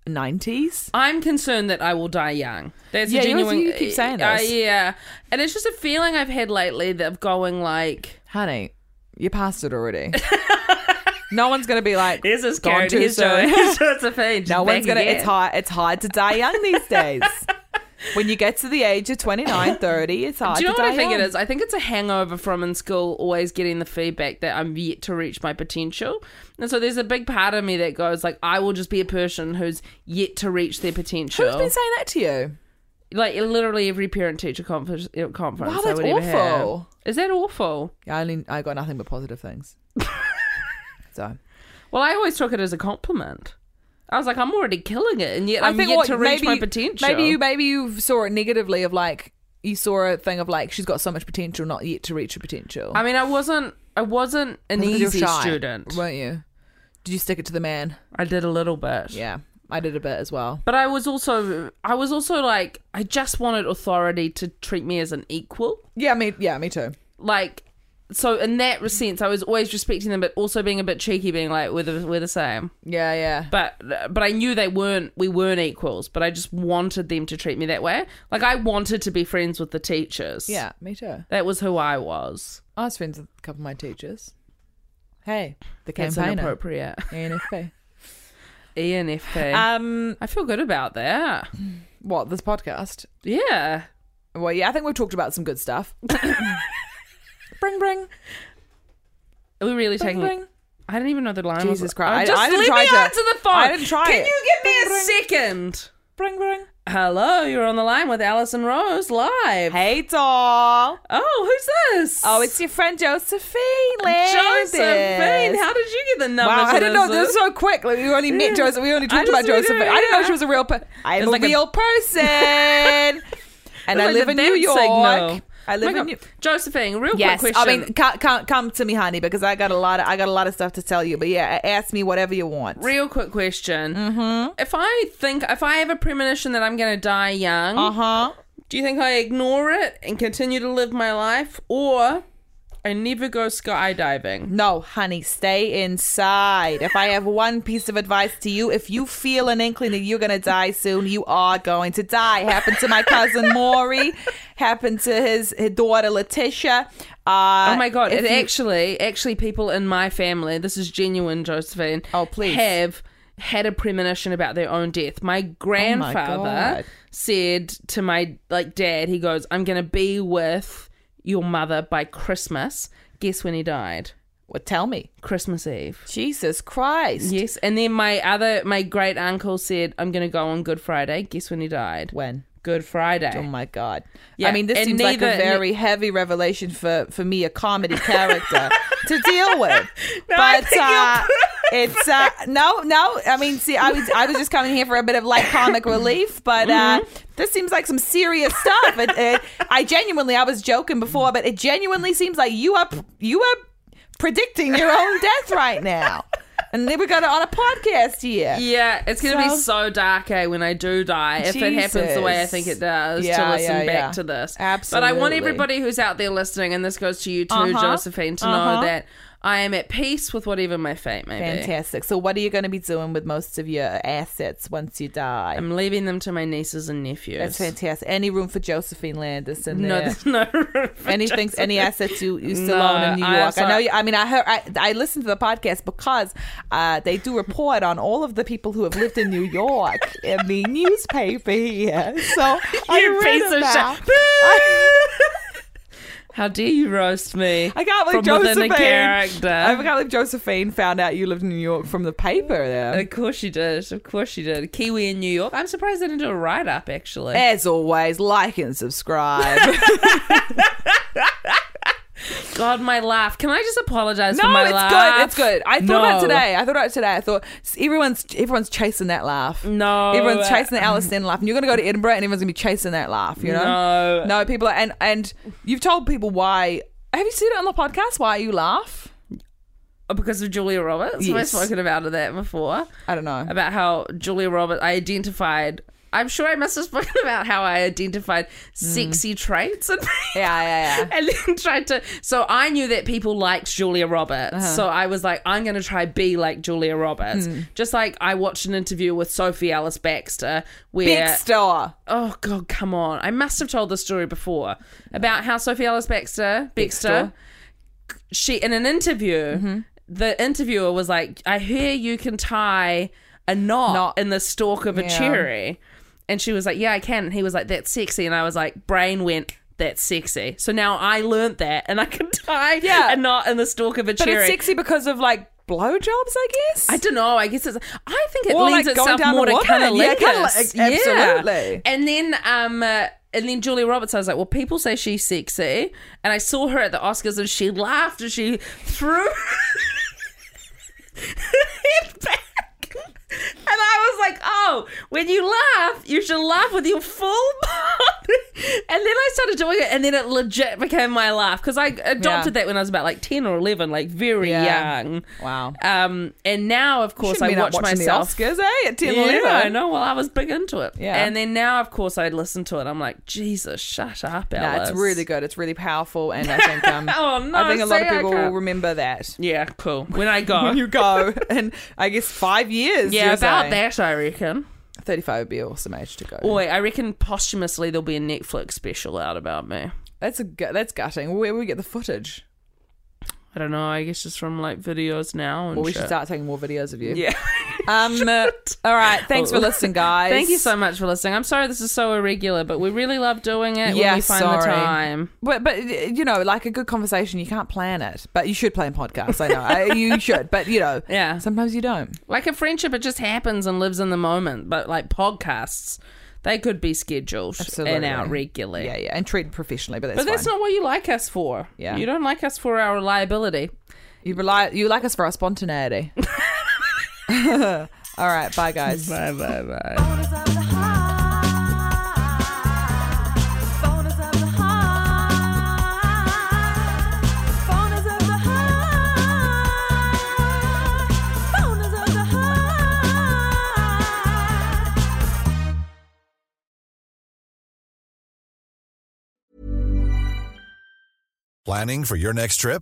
Speaker 2: 90s.
Speaker 3: I'm concerned that I will die young. That's
Speaker 2: Yeah,
Speaker 3: a
Speaker 2: you always-
Speaker 3: genuine.
Speaker 2: you keep saying
Speaker 3: Uh,
Speaker 2: this.
Speaker 3: yeah, and it's just a feeling I've had lately that of going like.
Speaker 2: honey, you passed it already. no one's gonna be like,
Speaker 3: Here's this
Speaker 2: gone
Speaker 3: carrot.
Speaker 2: too
Speaker 3: Here's Joe.
Speaker 2: soon.
Speaker 3: Here's Josephine.
Speaker 2: no
Speaker 3: She's
Speaker 2: one's
Speaker 3: back
Speaker 2: gonna.
Speaker 3: again.
Speaker 2: It's hard. It's hard to die young these days. when you get to the age of 29, 30, it's hard.
Speaker 3: Do you know
Speaker 2: to
Speaker 3: what I
Speaker 2: die
Speaker 3: think it
Speaker 2: young.
Speaker 3: is? I think it's a hangover from in school, always getting the feedback that I'm yet to reach my potential. And so there's a big part of me that goes like, I will just be a person who's yet to reach their potential.
Speaker 2: Who's been saying that to you?
Speaker 3: like literally every parent teacher conference, conference
Speaker 2: Wow,
Speaker 3: I
Speaker 2: that's
Speaker 3: would ever have.
Speaker 2: awful.
Speaker 3: Is that awful?
Speaker 2: Yeah, I only I got nothing but positive things. so
Speaker 3: Well, I always took it as a compliment. I was like, I'm already killing it, and yet I'm yet to reach
Speaker 2: maybe,
Speaker 3: my potential.
Speaker 2: Maybe you maybe you saw it negatively of like you saw a thing of like she's got so much potential, not yet to reach her potential.
Speaker 3: I mean, I wasn't. I wasn't an
Speaker 2: Because you're
Speaker 3: easy
Speaker 2: shy,
Speaker 3: student.
Speaker 2: weren't you? Did you stick it to the man?
Speaker 3: I did a little bit.
Speaker 2: Yeah, I did a bit as well.
Speaker 3: But I was also, I was also like, I just wanted authority to treat me as an equal.
Speaker 2: Yeah, me yeah me too.
Speaker 3: Like, so in that sense, I was always respecting them, but also being a bit cheeky, being like, we're the, we're the same.
Speaker 2: Yeah, yeah.
Speaker 3: But but I knew they weren't, we weren't equals. But I just wanted them to treat me that way. Like I wanted to be friends with the teachers.
Speaker 2: yeah, me too.
Speaker 3: that was who I was.
Speaker 2: I was friends with a couple of my teachers. Hey, the
Speaker 3: That's
Speaker 2: campaigner,
Speaker 3: inappropriate. E
Speaker 2: ANFP.
Speaker 3: ENFP.
Speaker 2: Um,
Speaker 3: I feel good about that.
Speaker 2: what this podcast?
Speaker 3: Yeah.
Speaker 2: Well, yeah, I think we've talked about some good stuff. bring, bring,
Speaker 3: Are we really
Speaker 2: bring,
Speaker 3: taking
Speaker 2: bring.
Speaker 3: I didn't even know the line was.
Speaker 2: Jesus Christ.
Speaker 3: Oh,
Speaker 2: I-
Speaker 3: just
Speaker 2: I didn't
Speaker 3: let
Speaker 2: try
Speaker 3: me
Speaker 2: to-
Speaker 3: answer the phone.
Speaker 2: I didn't try
Speaker 3: Can
Speaker 2: it.
Speaker 3: you give me a
Speaker 2: Ding, ding.
Speaker 3: second?
Speaker 2: Bring, bring.
Speaker 3: Hello, you're on the line with Alison Rose live.
Speaker 2: Hey, doll.
Speaker 3: Oh, who's this?
Speaker 2: Oh, it's your friend Josephine. Landis.
Speaker 3: Josephine. How did you get the number?
Speaker 2: Wow, I didn't know this
Speaker 3: Elizabeth?
Speaker 2: was so quick. Like, we only met
Speaker 3: Yeah.
Speaker 2: Joseph. We only
Speaker 3: I
Speaker 2: talked
Speaker 3: just
Speaker 2: about
Speaker 3: knew
Speaker 2: Joseph.
Speaker 3: that,
Speaker 2: I didn't know
Speaker 3: yeah.
Speaker 2: she was a real person. I'm
Speaker 3: It's
Speaker 2: a
Speaker 3: like a-
Speaker 2: real person, and
Speaker 3: It's
Speaker 2: I
Speaker 3: like
Speaker 2: live
Speaker 3: the
Speaker 2: in New
Speaker 3: dance
Speaker 2: York.
Speaker 3: signal.
Speaker 2: I live
Speaker 3: Oh my
Speaker 2: in
Speaker 3: God.
Speaker 2: New.
Speaker 3: Josephine, real
Speaker 2: Yes,
Speaker 3: quick
Speaker 2: I
Speaker 3: question.
Speaker 2: mean, can't, can't come to me, honey, because I got a lot. Of, I got a lot of stuff to tell you. But yeah, ask me whatever you want.
Speaker 3: real quick question. Mm-hmm. If I think, if I have a premonition that I'm going to die young,
Speaker 2: Uh huh.
Speaker 3: do you think I ignore it and continue to live my life, or I never go skydiving?
Speaker 2: No, honey, stay inside. If I have one piece of advice to you, if you feel an inkling that you're going to die soon, you are going to die. Happened to my cousin Maury, happened to his, his daughter Letitia. Uh,
Speaker 3: Oh my god!
Speaker 2: if
Speaker 3: It
Speaker 2: you-
Speaker 3: actually, actually, people in my family, this is genuine, Josephine.
Speaker 2: Oh, please. Oh
Speaker 3: have had a premonition about their own death. My grandfather
Speaker 2: God.
Speaker 3: said to my like dad, he goes, "I'm gonna be with your mother by Christmas." Guess when he died?
Speaker 2: Well, tell me.
Speaker 3: Christmas Eve.
Speaker 2: Jesus Christ.
Speaker 3: Yes, and then my other, my great uncle said, "I'm gonna go on Good Friday." Guess when he died?
Speaker 2: When?
Speaker 3: Good Friday.
Speaker 2: Oh my God.
Speaker 3: Yeah,
Speaker 2: I mean, this
Speaker 3: and
Speaker 2: seems like
Speaker 3: neither-
Speaker 2: a very heavy revelation for, for me, a comedy character, to deal with.
Speaker 3: I
Speaker 2: but
Speaker 3: think you're
Speaker 2: uh, it's uh, no, no. I mean, see, I was I was just coming here for a bit of like comic relief, but uh,
Speaker 3: Mm-hmm.
Speaker 2: this seems like some serious stuff. It, it, I genuinely, I was joking before, but it genuinely seems like you are you are predicting your own death right now. And then we got it on a podcast here.
Speaker 3: Yeah, it's gonna
Speaker 2: So-
Speaker 3: be so dark, eh? When I do die, if it happens the way I think it does, to
Speaker 2: Jesus. Yeah,
Speaker 3: listen
Speaker 2: yeah,
Speaker 3: back
Speaker 2: yeah.
Speaker 3: to this. But I want
Speaker 2: Absolutely.
Speaker 3: everybody who's out there listening, and this goes to you too,
Speaker 2: Uh-huh.
Speaker 3: Josephine, to know
Speaker 2: Uh-huh.
Speaker 3: that I am at peace with whatever my fate may be.
Speaker 2: Fantastic. So, what are you going to be doing with most of your assets once you die?
Speaker 3: I'm leaving them to my nieces and nephews.
Speaker 2: That's fantastic. Any room for Josephine Landis in
Speaker 3: No,
Speaker 2: there?
Speaker 3: there's no room for
Speaker 2: anything, any assets you, you still
Speaker 3: No,
Speaker 2: own in New
Speaker 3: I
Speaker 2: York. I,
Speaker 3: also-
Speaker 2: know. You, I mean, I heard. I, I listened to the podcast because uh, they do report on all of the people who have lived in New York in the newspaper here. So I
Speaker 3: You
Speaker 2: read
Speaker 3: piece of shit.
Speaker 2: about- I,
Speaker 3: How dare you roast me?
Speaker 2: I can't believe
Speaker 3: from within
Speaker 2: Josephine.
Speaker 3: a character.
Speaker 2: I can't believe Josephine found out you lived in New York from the paper. There,
Speaker 3: of course she did. Of course she did. Kiwi in New York. I'm surprised they didn't do a write up actually.
Speaker 2: as always, like and subscribe.
Speaker 3: God, my laugh. Can I just apologize
Speaker 2: No,
Speaker 3: for my
Speaker 2: it's
Speaker 3: laugh?
Speaker 2: good. It's good. I thought about
Speaker 3: No.
Speaker 2: today. I thought about today. I thought s- everyone's everyone's chasing that laugh.
Speaker 3: No.
Speaker 2: everyone's chasing the Alice Stanley laugh, and you're gonna go to Edinburgh, and everyone's gonna be chasing that laugh. You know,
Speaker 3: No.
Speaker 2: no, people are, and and you've told people why. Have you seen it on the podcast? Why you laugh?
Speaker 3: Oh, because of Julia Roberts. We've
Speaker 2: Yes.
Speaker 3: spoken about that before.
Speaker 2: I don't know.
Speaker 3: About how Julia Roberts, I identified. I'm sure I must have spoken about how I identified sexy traits and
Speaker 2: Hmm. Yeah, yeah, yeah.
Speaker 3: and then tried to. So I knew that people liked Julia Roberts.
Speaker 2: Uh-huh.
Speaker 3: So I was like, I'm going to try be like Julia Roberts.
Speaker 2: Hmm.
Speaker 3: Just like I watched an interview with Sophie Alice Baxter where
Speaker 2: Big star.
Speaker 3: oh god, come on! I must have told this story before about how Sophie Ellis Baxter, Baxter, she in an interview,
Speaker 2: Mm-hmm.
Speaker 3: the interviewer was like, "I hear you can tie a knot,
Speaker 2: Knot.
Speaker 3: in the stalk of a
Speaker 2: Yeah.
Speaker 3: cherry," and she was like, "Yeah, I can." And he was like, "That's sexy," and I was like, "Brain went." That's sexy. So now I learnt that, and I can tie
Speaker 2: Yeah.
Speaker 3: a knot in the stalk of a
Speaker 2: But
Speaker 3: cherry.
Speaker 2: it's sexy because of like blowjobs, I guess.
Speaker 3: I don't know. I guess it's. I think it
Speaker 2: Or,
Speaker 3: leans
Speaker 2: like, going
Speaker 3: itself
Speaker 2: down
Speaker 3: more
Speaker 2: the
Speaker 3: to
Speaker 2: woman. Yeah,
Speaker 3: cunnilingus.
Speaker 2: cunnilingus. Absolutely.
Speaker 3: And then, um, uh, and then Julia Roberts. I was like, well, people say she's sexy, and I saw her at the Oscars, and she laughed, and she threw her head back. And I was like, oh, when you laugh, you should laugh with your full body. and then I started doing it, and then it legit became my laugh because I adopted
Speaker 2: Yeah.
Speaker 3: that when I was about like 10 or 11, like very
Speaker 2: Yeah.
Speaker 3: young.
Speaker 2: Wow.
Speaker 3: Um, and now, of course,
Speaker 2: Shouldn't
Speaker 3: I
Speaker 2: be
Speaker 3: watch
Speaker 2: not watching
Speaker 3: myself.
Speaker 2: The Oscars, eh? At 10
Speaker 3: yeah,
Speaker 2: 11.
Speaker 3: I know. Well, I was big into it.
Speaker 2: Yeah.
Speaker 3: And then now, of course, I listen to it. I'm like, Jesus, shut up,
Speaker 2: No,
Speaker 3: Alice.
Speaker 2: it's really good. It's really powerful, and I think um,
Speaker 3: Oh, no,
Speaker 2: I think a lot
Speaker 3: see,
Speaker 2: of
Speaker 3: I
Speaker 2: people will
Speaker 3: can't-
Speaker 2: remember that
Speaker 3: Yeah, cool. When I go.
Speaker 2: when you go in, I guess, five years.
Speaker 3: Uh. yeah,
Speaker 2: you're
Speaker 3: about
Speaker 2: saying.
Speaker 3: that, I reckon.
Speaker 2: Thirty-five would be an awesome age to go.
Speaker 3: Boy, I reckon posthumously there'll be a Netflix special out about me.
Speaker 2: That's a gu- that's gutting. Where we get the footage?
Speaker 3: I don't know. I guess just from like videos now. And
Speaker 2: Well, we
Speaker 3: shit.
Speaker 2: should start taking more videos of you.
Speaker 3: Yeah.
Speaker 2: Um. uh, all right. Thanks for
Speaker 3: Oh.
Speaker 2: listening, guys.
Speaker 3: Thank you so much for listening. I'm sorry this is so irregular, but we really love doing it when
Speaker 2: Yeah,
Speaker 3: we find the
Speaker 2: sorry.
Speaker 3: time.
Speaker 2: But but uh, you know, like a good conversation, you can't plan it. But you should plan podcasts. I know I, you should, but you know,
Speaker 3: Yeah.
Speaker 2: Sometimes you don't.
Speaker 3: Like a friendship, it just happens and lives in the moment. But like podcasts, they could be scheduled and
Speaker 2: Absolutely.
Speaker 3: out regularly.
Speaker 2: Yeah, yeah, and treated professionally. But that's
Speaker 3: But that's
Speaker 2: fine.
Speaker 3: not what you like us for.
Speaker 2: Yeah.
Speaker 3: You don't like us for our reliability.
Speaker 2: You rely. You like us for our spontaneity. all right. Bye, guys.
Speaker 3: Bye bye bye.
Speaker 6: Bonus of the high. Bonus of the high. Bonus of the high. Bonus of the high.
Speaker 5: Planning for your next trip?